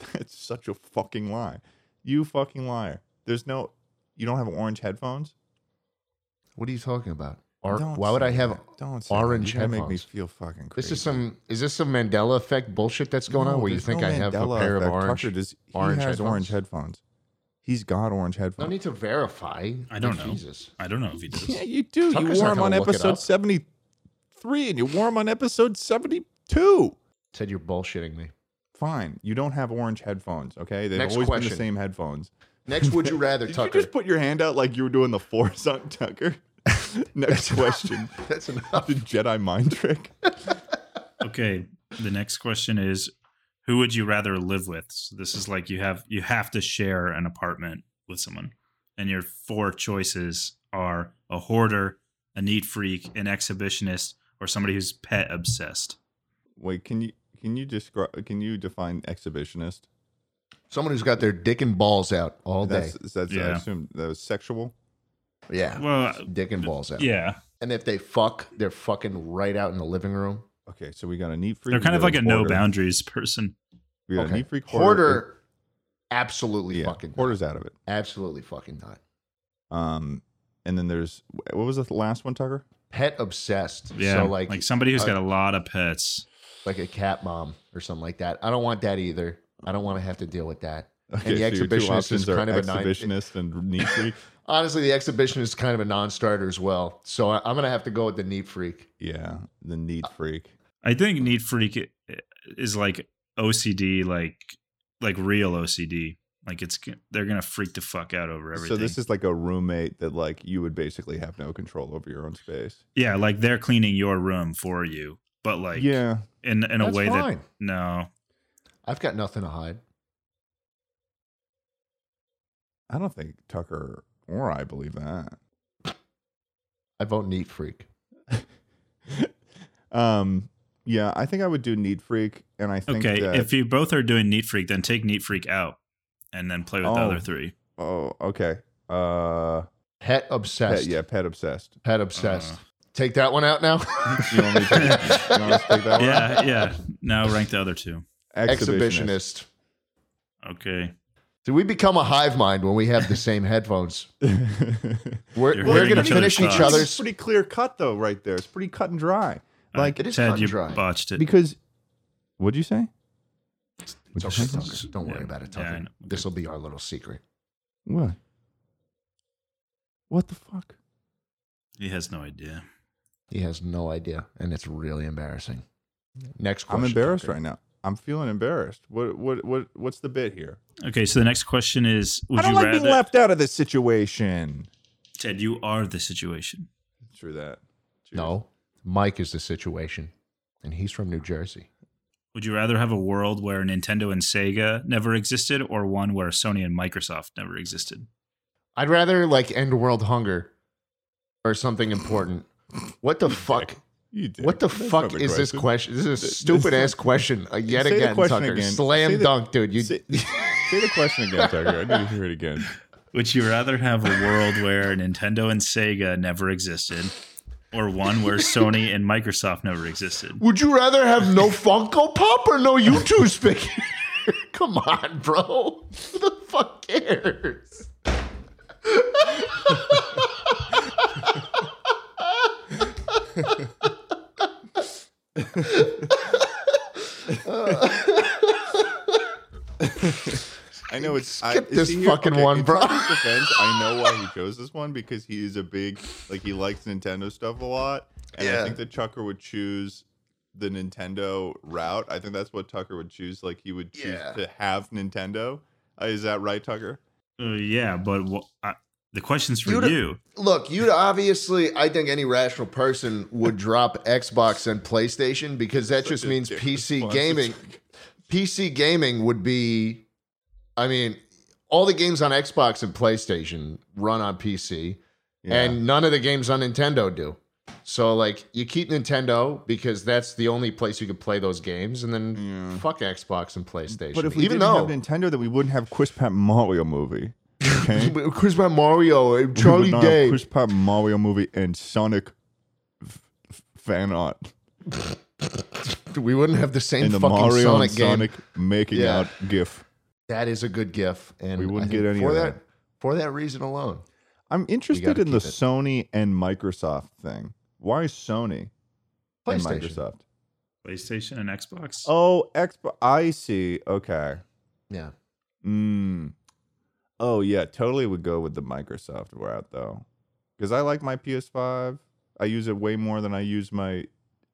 [SPEAKER 2] That's such a fucking lie. You fucking liar. There's no. You don't have orange headphones.
[SPEAKER 1] what are you talking about? Or,
[SPEAKER 2] Don't
[SPEAKER 1] why would
[SPEAKER 2] say
[SPEAKER 1] I have?
[SPEAKER 2] that. Don't say
[SPEAKER 1] orange
[SPEAKER 2] that. You're gonna Make me
[SPEAKER 1] headphones?
[SPEAKER 2] feel fucking crazy.
[SPEAKER 1] This is some. Is this some Mandela effect bullshit that's going
[SPEAKER 2] No,
[SPEAKER 1] on? Where you
[SPEAKER 2] there's
[SPEAKER 1] think
[SPEAKER 2] no
[SPEAKER 1] I have a
[SPEAKER 2] Mandela
[SPEAKER 1] pair of
[SPEAKER 2] effect.
[SPEAKER 1] orange?
[SPEAKER 2] Tucker does, he
[SPEAKER 1] orange
[SPEAKER 2] has orange headphones. He's got orange
[SPEAKER 1] No
[SPEAKER 2] headphones.
[SPEAKER 1] need to verify.
[SPEAKER 3] I don't know.
[SPEAKER 1] Jesus.
[SPEAKER 3] I don't know if he does.
[SPEAKER 2] yeah, you do.
[SPEAKER 1] Tucker's
[SPEAKER 2] you wore
[SPEAKER 1] not
[SPEAKER 2] him on
[SPEAKER 1] gonna look it
[SPEAKER 2] episode
[SPEAKER 1] up.
[SPEAKER 2] 73 and you wore him on episode 72.
[SPEAKER 1] Said you're bullshitting me.
[SPEAKER 2] Fine. You don't have orange headphones, okay? They've
[SPEAKER 1] Next
[SPEAKER 2] always been
[SPEAKER 1] question.
[SPEAKER 2] the same headphones.
[SPEAKER 1] Next, would you rather,
[SPEAKER 2] Did
[SPEAKER 1] Tucker?
[SPEAKER 2] you just put your hand out like you were doing the force on Tucker? Next question.
[SPEAKER 1] That's enough.
[SPEAKER 2] the Jedi mind trick.
[SPEAKER 3] Okay. The next question is who would you rather live with? So this is like you have you have to share an apartment with someone. And your four choices are a hoarder, a neat freak, an exhibitionist, or somebody who's pet obsessed.
[SPEAKER 2] Wait, can you can you describe can you define exhibitionist?
[SPEAKER 1] Someone who's got their dick and balls out all day.
[SPEAKER 2] That's that's I
[SPEAKER 3] Yeah.
[SPEAKER 2] assume that was sexual.
[SPEAKER 1] Yeah.
[SPEAKER 3] Well,
[SPEAKER 1] dick and balls out.
[SPEAKER 3] yeah.
[SPEAKER 1] And if they fuck, they're fucking right out in the living room.
[SPEAKER 2] Okay, so we got a neat freak.
[SPEAKER 3] They're
[SPEAKER 2] we
[SPEAKER 3] kind of
[SPEAKER 2] got
[SPEAKER 3] like a no
[SPEAKER 2] hoarder.
[SPEAKER 3] boundaries person.
[SPEAKER 2] We got a neat freak hoarder.
[SPEAKER 1] Hoarder, absolutely
[SPEAKER 2] Yeah,
[SPEAKER 1] fucking not.
[SPEAKER 2] hoarder's out of it.
[SPEAKER 1] Absolutely fucking not.
[SPEAKER 2] Um, and then there's what was the last one, Tucker?
[SPEAKER 1] Pet obsessed.
[SPEAKER 3] Yeah.
[SPEAKER 1] So
[SPEAKER 3] like,
[SPEAKER 1] like,
[SPEAKER 3] somebody who's
[SPEAKER 1] uh,
[SPEAKER 3] got a lot of pets.
[SPEAKER 1] like a cat mom or something like that. I don't want that either. I don't want to have to deal with that.
[SPEAKER 2] Okay,
[SPEAKER 1] the
[SPEAKER 2] your two
[SPEAKER 1] exhibitionist
[SPEAKER 2] options
[SPEAKER 1] is
[SPEAKER 2] are
[SPEAKER 1] kind of a nine-
[SPEAKER 2] exhibitionist and neat freak.
[SPEAKER 1] Honestly, the exhibition is kind of a non-starter as well. So I, I'm gonna have to go with the neat freak.
[SPEAKER 2] Yeah, the neat
[SPEAKER 1] Uh,
[SPEAKER 2] freak.
[SPEAKER 3] I think neat freak is like OCD, like like real OCD. Like it's they're gonna freak the fuck out over everything.
[SPEAKER 2] So this is like a roommate that like you would basically have no control over your own space.
[SPEAKER 3] yeah, like they're cleaning your room for you, but like
[SPEAKER 2] yeah,
[SPEAKER 3] in in a
[SPEAKER 1] That's
[SPEAKER 3] way that
[SPEAKER 1] fine.
[SPEAKER 3] no,
[SPEAKER 1] I've got nothing to hide.
[SPEAKER 2] I don't think Tucker or I believe that.
[SPEAKER 1] I vote neat freak.
[SPEAKER 2] um, yeah, I think I would do neat freak, and I think
[SPEAKER 3] okay.
[SPEAKER 2] that,
[SPEAKER 3] If you both are doing neat freak, then take neat freak out, and then play with the
[SPEAKER 2] Oh.
[SPEAKER 3] other three.
[SPEAKER 2] oh okay uh
[SPEAKER 1] Pet
[SPEAKER 2] pet,
[SPEAKER 1] obsessed.
[SPEAKER 2] yeah pet obsessed.
[SPEAKER 1] Pet obsessed.
[SPEAKER 3] Uh.
[SPEAKER 1] Take that one out now.
[SPEAKER 2] You want me to, you want us to take that one?
[SPEAKER 3] yeah, yeah. Now rank the other two.
[SPEAKER 2] Exhibitionist.
[SPEAKER 1] Exhibitionist.
[SPEAKER 3] Okay.
[SPEAKER 1] Do we become a hive mind when we have the same headphones? We're,
[SPEAKER 3] You're
[SPEAKER 1] we're
[SPEAKER 3] hearing
[SPEAKER 1] going to
[SPEAKER 3] each other's
[SPEAKER 1] finish each
[SPEAKER 3] thoughts.
[SPEAKER 2] It's
[SPEAKER 1] other's.
[SPEAKER 2] pretty clear cut though, right there. It's pretty cut and dry. Like
[SPEAKER 1] It is cut
[SPEAKER 3] Uh, Ted,
[SPEAKER 1] and
[SPEAKER 3] you
[SPEAKER 1] dry.
[SPEAKER 3] botched it.
[SPEAKER 2] because, what'd you say?
[SPEAKER 1] It's
[SPEAKER 2] What'd
[SPEAKER 1] okay,
[SPEAKER 2] you say?
[SPEAKER 1] Tucker. Don't worry
[SPEAKER 3] Yeah,
[SPEAKER 1] about it,
[SPEAKER 3] yeah, I
[SPEAKER 1] Tucker.
[SPEAKER 3] know.
[SPEAKER 1] This will be our little secret.
[SPEAKER 2] What? What the fuck?
[SPEAKER 3] he has no idea.
[SPEAKER 1] He has no idea, and it's really embarrassing. Next question.
[SPEAKER 2] I'm embarrassed
[SPEAKER 1] Tucker.
[SPEAKER 2] right now. I'm feeling embarrassed. What? What? What? What's the bit here?
[SPEAKER 3] Okay, so the next question is: Would
[SPEAKER 2] I don't
[SPEAKER 3] you
[SPEAKER 2] like
[SPEAKER 3] rather?
[SPEAKER 2] being left out of this situation.
[SPEAKER 3] Ted, you are the situation.
[SPEAKER 2] True that. Cheers.
[SPEAKER 1] No, Mike is the situation, and he's from New Jersey.
[SPEAKER 3] Would you rather have a world where Nintendo and Sega never existed, or one where Sony and Microsoft never existed?
[SPEAKER 1] I'd rather like end world hunger or something important. What the fuck?
[SPEAKER 2] You did.
[SPEAKER 1] What the
[SPEAKER 2] That's
[SPEAKER 1] fuck
[SPEAKER 2] not the
[SPEAKER 1] is this question?
[SPEAKER 2] question.
[SPEAKER 1] This is a
[SPEAKER 2] Th-
[SPEAKER 1] stupid
[SPEAKER 2] this-
[SPEAKER 1] ass question. Uh, yet
[SPEAKER 2] Say the
[SPEAKER 1] again,
[SPEAKER 2] question
[SPEAKER 1] Tucker.
[SPEAKER 2] again. Say
[SPEAKER 1] Slam
[SPEAKER 2] the-
[SPEAKER 1] dunk, dude. You
[SPEAKER 2] Say, say the question again, Tucker. I need to hear it again.
[SPEAKER 3] Would you rather have a world where Nintendo and Sega never existed, or one where Sony and Microsoft never existed?
[SPEAKER 1] Would you rather have no Funko Pop or no YouTube speaker? Come on, bro. Who the fuck cares?
[SPEAKER 2] I know it's I,
[SPEAKER 1] Skip
[SPEAKER 2] is
[SPEAKER 1] this
[SPEAKER 2] he
[SPEAKER 1] fucking one,
[SPEAKER 2] in
[SPEAKER 1] bro.
[SPEAKER 2] Tucker's defense, I know why he chose this one because he is a big like he likes Nintendo stuff a lot, and I
[SPEAKER 1] Yeah.
[SPEAKER 2] think that Tucker would choose the Nintendo route. I think that's what Tucker would choose. Like he would choose
[SPEAKER 1] Yeah.
[SPEAKER 2] to have Nintendo. Uh, is that right, Tucker?
[SPEAKER 3] Uh, yeah, but wha- I, the question's for
[SPEAKER 1] You'd-
[SPEAKER 3] you.
[SPEAKER 1] Look, you'd obviously, I think any rational person would drop Xbox and PlayStation because that just
[SPEAKER 2] Such a
[SPEAKER 1] means
[SPEAKER 2] dick
[SPEAKER 1] PC
[SPEAKER 2] response.
[SPEAKER 1] gaming. PC gaming would be, I mean, all the games on Xbox and PlayStation run on PC.
[SPEAKER 2] Yeah.
[SPEAKER 1] and none of the games on Nintendo do. So like you keep Nintendo because that's the only place you could play those games, and then
[SPEAKER 2] Yeah.
[SPEAKER 1] fuck Xbox and PlayStation.
[SPEAKER 2] but if we
[SPEAKER 1] even
[SPEAKER 2] didn't
[SPEAKER 1] though
[SPEAKER 2] have Nintendo, then we wouldn't have Chris Pat Mario movie. Okay,
[SPEAKER 1] But Chris Pratt, Mario, and
[SPEAKER 2] We would
[SPEAKER 1] Charlie
[SPEAKER 2] not have
[SPEAKER 1] Day,
[SPEAKER 2] Chris Pat Mario movie, and Sonic f- f- fan art.
[SPEAKER 1] we wouldn't have the same
[SPEAKER 2] and the
[SPEAKER 1] fucking
[SPEAKER 2] Mario
[SPEAKER 1] Sonic
[SPEAKER 2] and
[SPEAKER 1] game.
[SPEAKER 2] Sonic making
[SPEAKER 1] Yeah.
[SPEAKER 2] out GIF.
[SPEAKER 1] That is a good GIF, and
[SPEAKER 2] We wouldn't
[SPEAKER 1] I think
[SPEAKER 2] get any
[SPEAKER 1] for
[SPEAKER 2] of
[SPEAKER 1] that.
[SPEAKER 2] that.
[SPEAKER 1] For that reason alone,
[SPEAKER 2] I'm interested
[SPEAKER 1] gotta
[SPEAKER 2] in the
[SPEAKER 1] keep it.
[SPEAKER 2] Sony and Microsoft thing. Why Sony and
[SPEAKER 1] PlayStation.
[SPEAKER 2] Microsoft?
[SPEAKER 3] PlayStation and Xbox.
[SPEAKER 2] Oh, Xbox. I see. Okay.
[SPEAKER 1] Yeah,
[SPEAKER 2] Mm. Oh yeah, totally would go with the Microsoft route though, because I like my PS5. I use it way more than I use my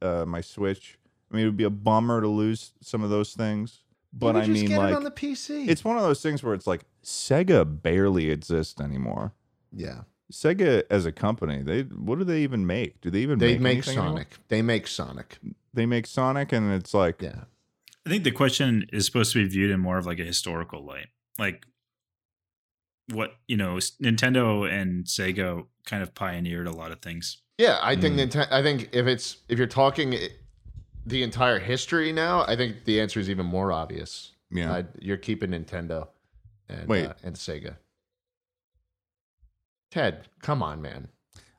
[SPEAKER 2] uh, my Switch. I mean, it would be a bummer to lose some of those things, but
[SPEAKER 1] you
[SPEAKER 2] I
[SPEAKER 1] just
[SPEAKER 2] mean,
[SPEAKER 1] get
[SPEAKER 2] like,
[SPEAKER 1] it on the PC.
[SPEAKER 2] it's one of those things where it's like Sega barely exists anymore.
[SPEAKER 1] yeah.
[SPEAKER 2] Sega as a company, they what do they even make? Do they even
[SPEAKER 1] They
[SPEAKER 2] make,
[SPEAKER 1] make
[SPEAKER 2] anything anymore?
[SPEAKER 1] Sonic. They make Sonic.
[SPEAKER 2] They make Sonic, and it's like
[SPEAKER 1] Yeah.
[SPEAKER 3] I think the question is supposed to be viewed in more of like a historical light, like what you know, s- Nintendo and Sega kind of pioneered a lot of things.
[SPEAKER 1] Yeah, I think
[SPEAKER 2] Mm.
[SPEAKER 1] Nintendo. I think if it's if you're talking i- the entire history now, I think the answer is even more obvious.
[SPEAKER 2] yeah.
[SPEAKER 1] Uh, you're keeping Nintendo and
[SPEAKER 2] Wait.
[SPEAKER 1] uh, and Sega. Ted, come on, man,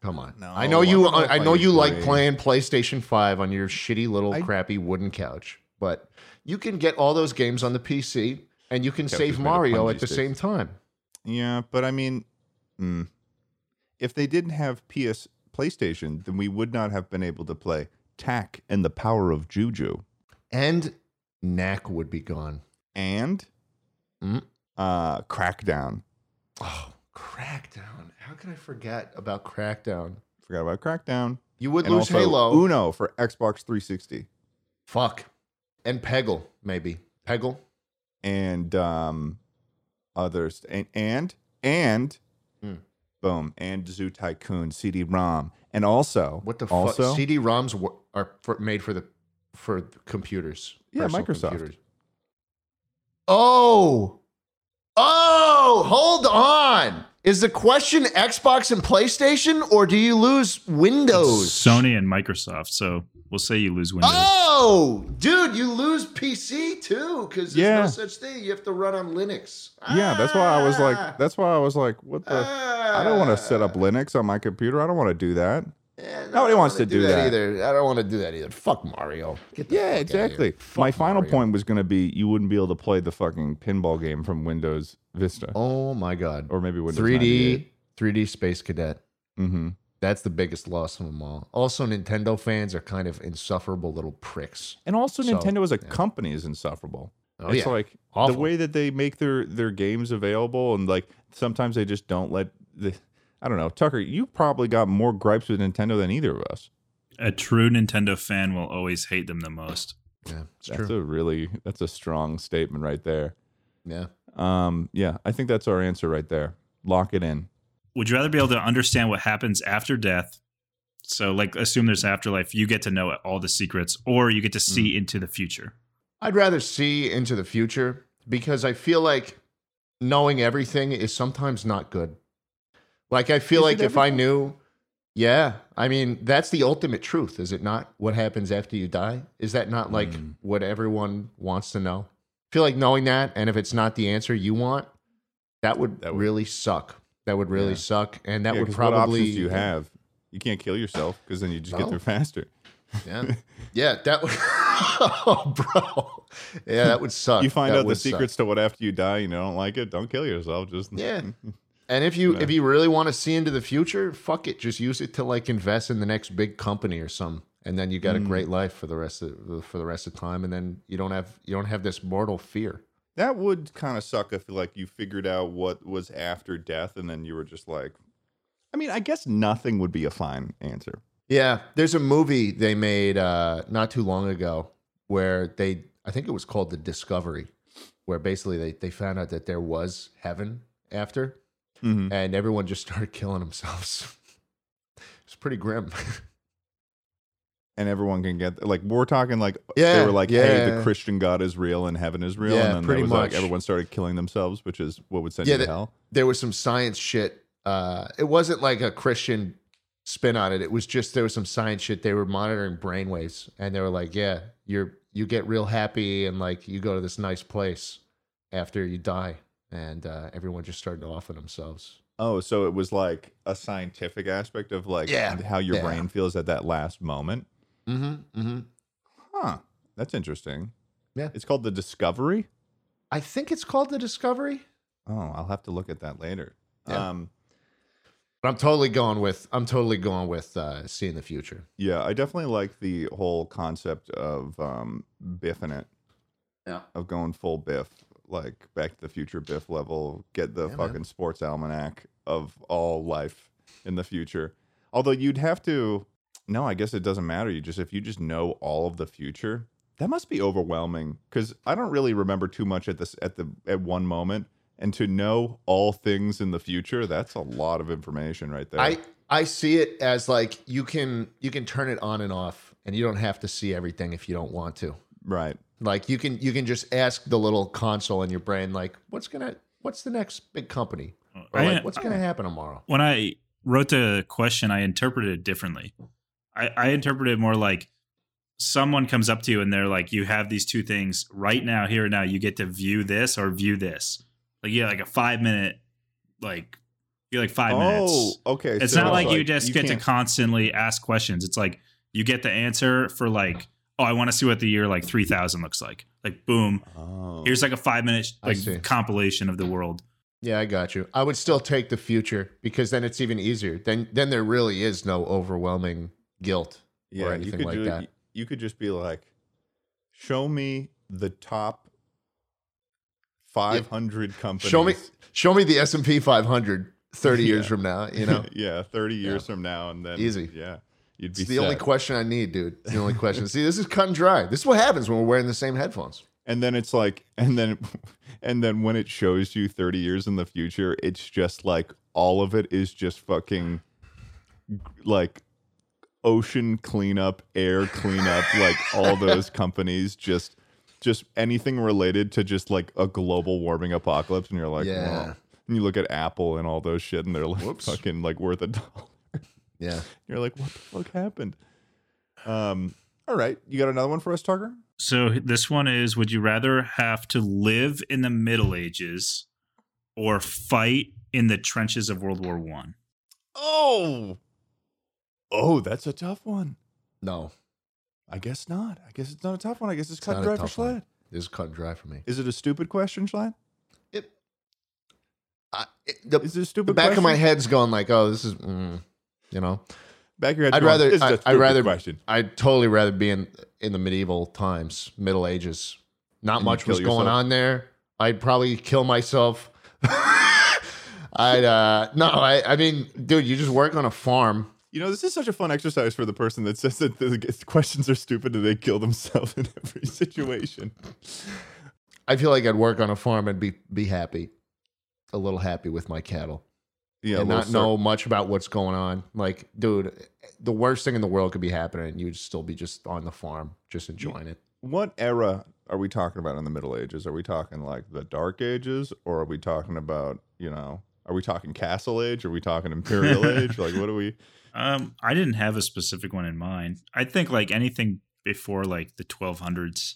[SPEAKER 1] come on.
[SPEAKER 2] No,
[SPEAKER 1] I know
[SPEAKER 2] I
[SPEAKER 1] you. uh,
[SPEAKER 2] don't know if
[SPEAKER 1] I,
[SPEAKER 2] I
[SPEAKER 1] know you like
[SPEAKER 2] agree.
[SPEAKER 1] playing PlayStation Five on your shitty little
[SPEAKER 2] I-
[SPEAKER 1] crappy wooden couch, but you can get all those games on the PC, and you can
[SPEAKER 2] Couch is
[SPEAKER 1] save
[SPEAKER 2] made of
[SPEAKER 1] Mario
[SPEAKER 2] bungee
[SPEAKER 1] at the
[SPEAKER 2] sticks.
[SPEAKER 1] same time.
[SPEAKER 2] Yeah, but I mean, mm, if they didn't have PS PlayStation, then we would not have been able to play Tack and the Power of Juju.
[SPEAKER 1] And Knack would be gone.
[SPEAKER 2] and
[SPEAKER 1] Mm.
[SPEAKER 2] uh Crackdown.
[SPEAKER 1] Oh, Crackdown. How could I forget about Crackdown?
[SPEAKER 2] Forgot about Crackdown.
[SPEAKER 1] You would
[SPEAKER 2] And
[SPEAKER 1] lose
[SPEAKER 2] also
[SPEAKER 1] Halo.
[SPEAKER 2] Uno for Xbox 360
[SPEAKER 1] Fuck. And Peggle, maybe. Peggle?
[SPEAKER 2] and um others and and and
[SPEAKER 1] Mm.
[SPEAKER 2] boom and Zoo Tycoon CD-ROM and also
[SPEAKER 1] What the
[SPEAKER 2] also,
[SPEAKER 1] fuck? CD ROMs were, are for, made for the for the computers.
[SPEAKER 2] Yeah,
[SPEAKER 1] personal
[SPEAKER 2] Microsoft.
[SPEAKER 1] Oh. Oh, hold on. Is the question Xbox and PlayStation, or do you lose Windows?
[SPEAKER 3] Sony and Microsoft. So we'll say you lose Windows.
[SPEAKER 1] Oh, dude, you lose PC too because there's
[SPEAKER 2] Yeah.
[SPEAKER 1] no such thing. You have to run on Linux.
[SPEAKER 2] yeah, that's why I was
[SPEAKER 1] Ah.
[SPEAKER 2] like that's why I was like what the I don't want to set up Linux on my computer. I don't want to do that.
[SPEAKER 1] Yeah, no,
[SPEAKER 2] Nobody
[SPEAKER 1] I don't
[SPEAKER 2] wants
[SPEAKER 1] wanna
[SPEAKER 2] to do that.
[SPEAKER 1] either. I don't want to do that either. Fuck Mario. Get the fuck
[SPEAKER 2] Yeah,
[SPEAKER 1] outta
[SPEAKER 2] exactly.
[SPEAKER 1] here. Fuck
[SPEAKER 2] My final
[SPEAKER 1] Mario.
[SPEAKER 2] point was going to be you wouldn't be able to play the fucking pinball game from Windows Vista
[SPEAKER 1] Oh my god.
[SPEAKER 2] or maybe Windows
[SPEAKER 1] 3D, 3D Space Cadet.
[SPEAKER 2] Mm-hmm.
[SPEAKER 1] That's the biggest loss of them all. Also, Nintendo fans are kind of insufferable little pricks.
[SPEAKER 2] And also,
[SPEAKER 1] So,
[SPEAKER 2] Nintendo as a
[SPEAKER 1] yeah.
[SPEAKER 2] company is insufferable.
[SPEAKER 1] Oh
[SPEAKER 2] it's
[SPEAKER 1] yeah,
[SPEAKER 2] like
[SPEAKER 1] Awful.
[SPEAKER 2] the way that they make their their games available, and like sometimes they just don't let the. I don't know, Tucker. You probably got more gripes with Nintendo than either of us.
[SPEAKER 3] A true Nintendo fan will always hate them the most.
[SPEAKER 1] yeah, it's
[SPEAKER 2] that's
[SPEAKER 1] true.
[SPEAKER 2] a really that's a strong statement right there.
[SPEAKER 1] Yeah,
[SPEAKER 2] Um, yeah, I think that's our answer right there. Lock it in.
[SPEAKER 3] Would you rather be able to understand what happens after death? So, like, assume there's afterlife. You get to know all the secrets, or you get to see
[SPEAKER 1] Mm-hmm.
[SPEAKER 3] into the future.
[SPEAKER 1] I'd rather see into the future because I feel like knowing everything is sometimes not good. Like I feel
[SPEAKER 2] Is it
[SPEAKER 1] like if I knew, yeah, I mean that's the ultimate truth, is it not? What happens after you die? Is that not like
[SPEAKER 2] Mm.
[SPEAKER 1] what everyone wants to know? I feel like knowing that, and if it's not the answer you want, that would,
[SPEAKER 2] That would-
[SPEAKER 1] really suck. That would really
[SPEAKER 2] Yeah.
[SPEAKER 1] suck, and that
[SPEAKER 2] Yeah,
[SPEAKER 1] would
[SPEAKER 2] 'cause what options
[SPEAKER 1] probably
[SPEAKER 2] do you have. You can't kill yourself because then you just
[SPEAKER 1] No.
[SPEAKER 2] get there faster.
[SPEAKER 1] Yeah, yeah, that would. oh, bro. Yeah, that would suck.
[SPEAKER 2] you find
[SPEAKER 1] That
[SPEAKER 2] out the
[SPEAKER 1] would suck.
[SPEAKER 2] secrets to what after you die. You know, don't like it. Don't kill yourself. Just
[SPEAKER 1] Yeah. And if you
[SPEAKER 2] Yeah.
[SPEAKER 1] if you really want to see into the future, fuck it, just use it to like invest in the next big company or some, and then you got a
[SPEAKER 2] Mm.
[SPEAKER 1] great life for the rest of for the rest of time, and then you don't have you don't have this mortal fear.
[SPEAKER 2] That would kind of suck if like you figured out what was after death and then you were just like I mean, I guess nothing would be a fine answer.
[SPEAKER 1] Yeah, there's a movie they made uh, not too long ago where they I think it was called The Discovery, where basically they they found out that there was heaven after, and everyone just started killing themselves. it's pretty grim.
[SPEAKER 2] And everyone can get like we're talking like
[SPEAKER 1] yeah,
[SPEAKER 2] they were like, hey,
[SPEAKER 1] yeah.
[SPEAKER 2] the Christian God is real and heaven is real.
[SPEAKER 1] Yeah,
[SPEAKER 2] and then
[SPEAKER 1] pretty
[SPEAKER 2] there was
[SPEAKER 1] much.
[SPEAKER 2] like everyone started killing themselves, which is what would send
[SPEAKER 1] Yeah,
[SPEAKER 2] you to
[SPEAKER 1] the-
[SPEAKER 2] hell.
[SPEAKER 1] there was some science shit. Uh, it wasn't like a Christian spin on it. It was just there was some science shit. They were monitoring brainwaves, and they were like, "Yeah, you're you get real happy, and like you go to this nice place after you die." And uh, everyone just started offing themselves.
[SPEAKER 2] Oh, so it was like a scientific aspect of like
[SPEAKER 1] Yeah,
[SPEAKER 2] how your
[SPEAKER 1] yeah.
[SPEAKER 2] brain feels at that last moment.
[SPEAKER 1] Mm-hmm. Mm-hmm.
[SPEAKER 2] Huh. That's interesting.
[SPEAKER 1] Yeah.
[SPEAKER 2] It's called the discovery.
[SPEAKER 1] I think it's called the discovery.
[SPEAKER 2] Oh, I'll have to look at that later.
[SPEAKER 1] Yeah.
[SPEAKER 2] Um
[SPEAKER 1] But I'm totally going with I'm totally going with uh, seeing the future.
[SPEAKER 2] Yeah, I definitely like the whole concept of um biffing it.
[SPEAKER 1] Yeah.
[SPEAKER 2] Of going full biff. like Back to the Future Biff level. Get the
[SPEAKER 1] Yeah, man.
[SPEAKER 2] fucking sports almanac of all life in the future. Although you'd have to. No, I guess it doesn't matter. You just if you just know all of the future, that must be overwhelming. Because I don't really remember too much at this at the at one moment, and to know all things in the future, that's a lot of information right there.
[SPEAKER 1] I I see it as like you can you can turn it on and off, and you don't have to see everything if you don't want to.
[SPEAKER 2] right.
[SPEAKER 1] Like you can you can just ask the little console in your brain, like what's gonna what's the next big company, or
[SPEAKER 3] I-
[SPEAKER 1] like what's gonna happen tomorrow.
[SPEAKER 3] when I wrote the question, I interpreted it differently. I, I interpreted it more like someone comes up to you and they're like, "You have these two things right now, here and now. You get to view this or view this. Like you have like a five minute, like you have like five minutes.
[SPEAKER 2] Oh, okay.
[SPEAKER 3] It's
[SPEAKER 2] so
[SPEAKER 3] not like you just get to
[SPEAKER 2] can't-
[SPEAKER 3] constantly ask questions. It's like you get the answer for like, oh, I want to see what the year like three thousand looks like. Like boom,
[SPEAKER 2] Oh.
[SPEAKER 3] here's like a five minute
[SPEAKER 1] I see.
[SPEAKER 3] like compilation of the world.
[SPEAKER 1] Yeah, I got you. I would still take the future because then it's even easier. Then then there really is no overwhelming guilt.
[SPEAKER 2] yeah, you
[SPEAKER 1] anything
[SPEAKER 2] could
[SPEAKER 1] like
[SPEAKER 2] do-
[SPEAKER 1] that.
[SPEAKER 2] y- You could just be like, show me the top 500 companies.
[SPEAKER 1] Show me show me the S and P 500 30 years from now. You know,
[SPEAKER 2] yeah, 30 years from now, and then
[SPEAKER 1] Easy.
[SPEAKER 2] Yeah, you'd be
[SPEAKER 1] it's the only
[SPEAKER 2] set.
[SPEAKER 1] question I need, dude. It's the only question. See, this is cut and dry. This is what happens when we're wearing the same headphones.
[SPEAKER 2] and then it's like, and then, and then when it shows you 30 years in the future, it's just like all of it is just fucking like ocean cleanup, air cleanup, like all those companies just just anything related to just like a global warming apocalypse and you're like,
[SPEAKER 1] Yeah.
[SPEAKER 2] wow. And you look at Apple and all those shit and they're like fucking like worth a dollar.
[SPEAKER 1] Yeah.
[SPEAKER 2] You're like, what the fuck happened? Um all right. You got another one for us, Tucker?
[SPEAKER 3] So this one is would you rather have to live in the Middle Ages or fight in the trenches of World War 1?
[SPEAKER 2] Oh. Oh, that's a tough one.
[SPEAKER 1] No,
[SPEAKER 2] I guess not. I guess it's not a tough one. I guess it's,
[SPEAKER 1] It's
[SPEAKER 2] cut and
[SPEAKER 1] not a
[SPEAKER 2] dry for
[SPEAKER 1] tough one.
[SPEAKER 2] Schlad.
[SPEAKER 1] this is cut and dry for me.
[SPEAKER 2] Is it a stupid question, Schlad?
[SPEAKER 1] It, I, it- the,
[SPEAKER 2] Is it a stupid
[SPEAKER 1] the back
[SPEAKER 2] question?
[SPEAKER 1] of my head's going like, oh, this is, mm, you know,
[SPEAKER 2] back of your head.
[SPEAKER 1] I'd
[SPEAKER 2] going,
[SPEAKER 1] rather-
[SPEAKER 2] "This is a
[SPEAKER 1] I- I'd
[SPEAKER 2] stupid
[SPEAKER 1] rather-
[SPEAKER 2] question.
[SPEAKER 1] I'd totally rather be in in the medieval times, Middle Ages. Not
[SPEAKER 2] And you
[SPEAKER 1] much
[SPEAKER 2] kill
[SPEAKER 1] was going
[SPEAKER 2] yourself.
[SPEAKER 1] on there. I'd probably kill myself. I'd uh no, I I mean, dude, you just work on a farm.
[SPEAKER 2] You know, this is such a fun exercise for the person that says that the questions are stupid and they kill themselves in every situation.
[SPEAKER 1] I feel like I'd work on a farm and be be happy, a little happy with my cattle,
[SPEAKER 2] Yeah,
[SPEAKER 1] and
[SPEAKER 2] little
[SPEAKER 1] not
[SPEAKER 2] cir-
[SPEAKER 1] know much about what's going on. Like, dude, the worst thing in the world could be happening, and you'd still be just on the farm, just enjoying it.
[SPEAKER 2] What era are we talking about in the Middle Ages? Are we talking like the Dark Ages, or are we talking about you know? Are we talking Castle Age? Are we talking Imperial Age? Like, what are we?
[SPEAKER 3] Um I didn't have a specific one in mind. I think like anything before like the 1200s.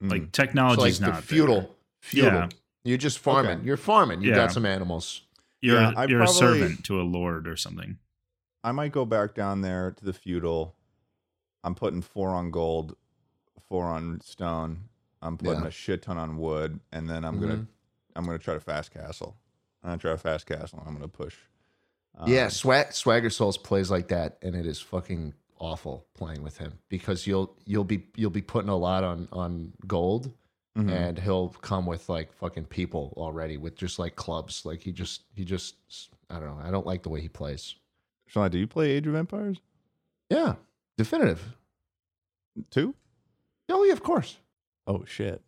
[SPEAKER 2] Mm.
[SPEAKER 3] Like technology's
[SPEAKER 1] so like
[SPEAKER 3] not
[SPEAKER 1] the feudal,
[SPEAKER 3] there.
[SPEAKER 1] feudal.
[SPEAKER 3] Yeah.
[SPEAKER 1] You're just farming.
[SPEAKER 2] Okay.
[SPEAKER 1] You're farming. You
[SPEAKER 3] Yeah.
[SPEAKER 1] got some animals.
[SPEAKER 3] You're
[SPEAKER 2] Yeah,
[SPEAKER 3] a-
[SPEAKER 2] I
[SPEAKER 3] you're a
[SPEAKER 2] probably-
[SPEAKER 3] servant to a lord or something.
[SPEAKER 2] I might go back down there to the feudal. I'm putting four on gold, four on stone. I'm putting
[SPEAKER 1] Yeah.
[SPEAKER 2] a shit ton on wood, and then I'm gonna I'm gonna try to fast castle. I'm gonna try to fast castle. and I'm gonna push. Um,
[SPEAKER 1] yeah, Swag, Swagger Souls plays like that, and it is fucking awful playing with him because you'll you'll be you'll be putting a lot on on gold,
[SPEAKER 3] Hmm.
[SPEAKER 2] mhm.
[SPEAKER 1] and he'll come with like fucking people already with just like clubs. Like he just he just I don't know. I don't like the way he plays.
[SPEAKER 2] Sean, do you play Age of Empires
[SPEAKER 1] Yeah, definitive.
[SPEAKER 2] too?
[SPEAKER 1] Oh yeah, of course.
[SPEAKER 2] Oh shit.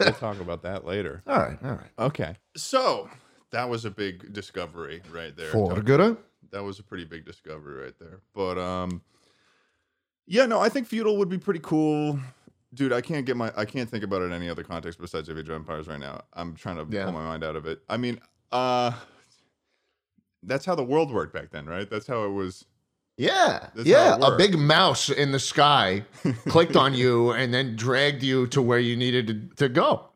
[SPEAKER 2] we'll talk about that later.
[SPEAKER 1] All right, all right.
[SPEAKER 2] Okay. So that was a big discovery right there.
[SPEAKER 1] For good.
[SPEAKER 2] that was a pretty big discovery right there. But um yeah, no, I think feudal would be pretty cool. Dude, I can't get my I can't think about it in any other context besides Age of Empires right now. I'm trying to
[SPEAKER 1] Yeah.
[SPEAKER 2] pull my mind out of it. I mean, uh that's how the world worked back then, right? That's how it was.
[SPEAKER 1] Yeah,
[SPEAKER 2] That's
[SPEAKER 1] yeah.
[SPEAKER 2] how it
[SPEAKER 1] A
[SPEAKER 2] works.
[SPEAKER 1] big mouse in the sky clicked on you and then dragged you to where you needed to, to go.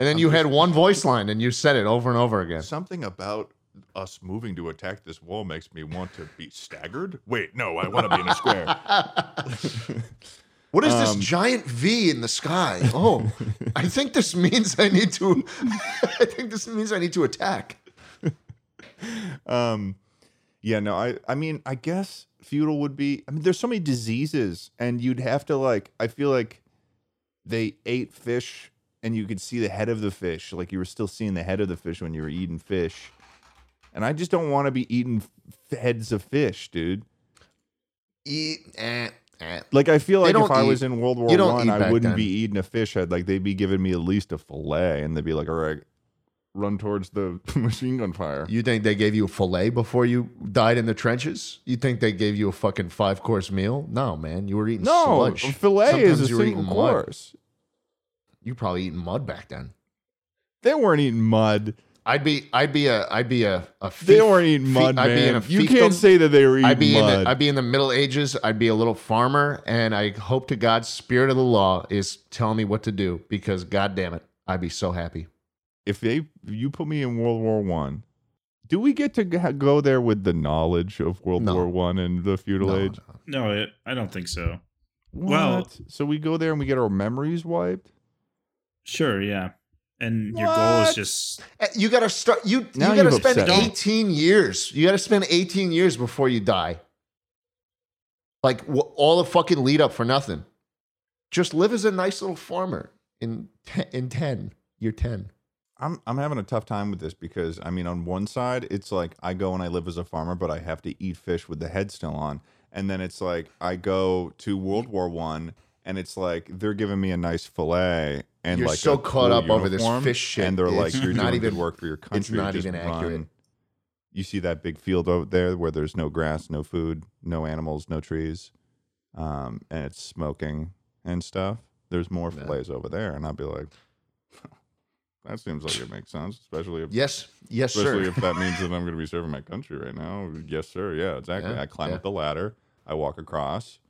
[SPEAKER 1] And then
[SPEAKER 2] I'm
[SPEAKER 1] you
[SPEAKER 2] just-
[SPEAKER 1] had one voice line and you said it over and over again.
[SPEAKER 2] Something about us moving to attack this wall makes me want to be staggered. Wait, no, I want to be in a square.
[SPEAKER 1] What is this
[SPEAKER 2] Um,
[SPEAKER 1] giant V in the sky? Oh, I think this means I need to. I think this means I need to attack.
[SPEAKER 2] um yeah no i i mean i guess feudal would be i mean there's so many diseases and you'd have to like i feel like they ate fish and you could see the head of the fish like you were still seeing the head of the fish when you were eating fish and i just don't want to be eating f- heads of fish dude
[SPEAKER 1] Eat, eh, eh.
[SPEAKER 2] like i feel
[SPEAKER 1] They
[SPEAKER 2] like if
[SPEAKER 1] don't
[SPEAKER 2] i
[SPEAKER 1] eat-
[SPEAKER 2] was in world war
[SPEAKER 1] you don't
[SPEAKER 2] one
[SPEAKER 1] eat
[SPEAKER 2] i
[SPEAKER 1] back
[SPEAKER 2] wouldn't
[SPEAKER 1] then.
[SPEAKER 2] be eating a fish head like they'd be giving me at least a fillet and they'd be like all right run towards the machine gun fire
[SPEAKER 1] You think they gave you a fillet before you died in the trenches? You think they gave you a fucking five course meal? No, man. You were eating
[SPEAKER 2] no
[SPEAKER 1] sludge.
[SPEAKER 2] a fillet
[SPEAKER 1] Sometimes
[SPEAKER 2] is a
[SPEAKER 1] you were
[SPEAKER 2] single
[SPEAKER 1] eating mud.
[SPEAKER 2] course
[SPEAKER 1] You probably eating mud back then.
[SPEAKER 2] they weren't eating mud
[SPEAKER 1] I'd be, I'd be a, I'd be a, a fief,
[SPEAKER 2] they weren't eating mud
[SPEAKER 1] I'd be in
[SPEAKER 2] man
[SPEAKER 1] a
[SPEAKER 2] you
[SPEAKER 1] fiefdom.
[SPEAKER 2] can't say that they were eating
[SPEAKER 1] I'd be
[SPEAKER 2] mud
[SPEAKER 1] in the, I'd be in the Middle Ages. I'd be a little farmer, and I hope to God, spirit of the law is telling me what to do because, God damn it, I'd be so happy.
[SPEAKER 2] if they you put me in World War One, do we get to g- go there with the knowledge of World
[SPEAKER 1] No.
[SPEAKER 2] War One and the feudal
[SPEAKER 1] No,
[SPEAKER 2] age?
[SPEAKER 1] no.
[SPEAKER 3] No, it, I don't think so. Well-
[SPEAKER 2] What? so we go there and we get our memories wiped.
[SPEAKER 3] Sure, yeah. And your goal is
[SPEAKER 2] What?
[SPEAKER 3] just
[SPEAKER 1] Uh, You gotta start. You
[SPEAKER 2] Now
[SPEAKER 1] you gotta
[SPEAKER 2] you've
[SPEAKER 1] spend
[SPEAKER 2] upset
[SPEAKER 3] me.
[SPEAKER 1] eighteen years. You gotta spend eighteen years before you die. Like wh- all the fucking lead up for nothing. Just live as a nice little farmer in te- in ten. You're ten.
[SPEAKER 2] I'm I'm having a tough time with this because I mean, on one side, it's like I go and I live as a farmer, but I have to eat fish with the head still on, and then it's like I go to World War One, and it's like they're giving me a nice fillet. And
[SPEAKER 1] You're
[SPEAKER 2] like
[SPEAKER 1] so
[SPEAKER 2] a
[SPEAKER 1] caught
[SPEAKER 2] cool
[SPEAKER 1] up over this
[SPEAKER 2] uniform,
[SPEAKER 1] fish shit.
[SPEAKER 2] and they're like,
[SPEAKER 1] It's
[SPEAKER 2] "You're
[SPEAKER 1] not
[SPEAKER 2] not even
[SPEAKER 1] even-
[SPEAKER 2] work for your country."
[SPEAKER 1] not
[SPEAKER 2] Just
[SPEAKER 1] even accurate.
[SPEAKER 2] run. You see that big field out there where there's no grass, no food, no animals, no trees, um, and it's smoking and stuff. There's more
[SPEAKER 1] Yeah.
[SPEAKER 2] fillets over there, and I'd be like, "That seems like it makes sense, especially if
[SPEAKER 1] Yes, yes,
[SPEAKER 2] Especially
[SPEAKER 1] sir.
[SPEAKER 2] if that means that I'm going to be serving my country right now. Yes, sir. Yeah, exactly.
[SPEAKER 1] Yeah,
[SPEAKER 2] I climb
[SPEAKER 1] yeah.
[SPEAKER 2] up the ladder. I walk across.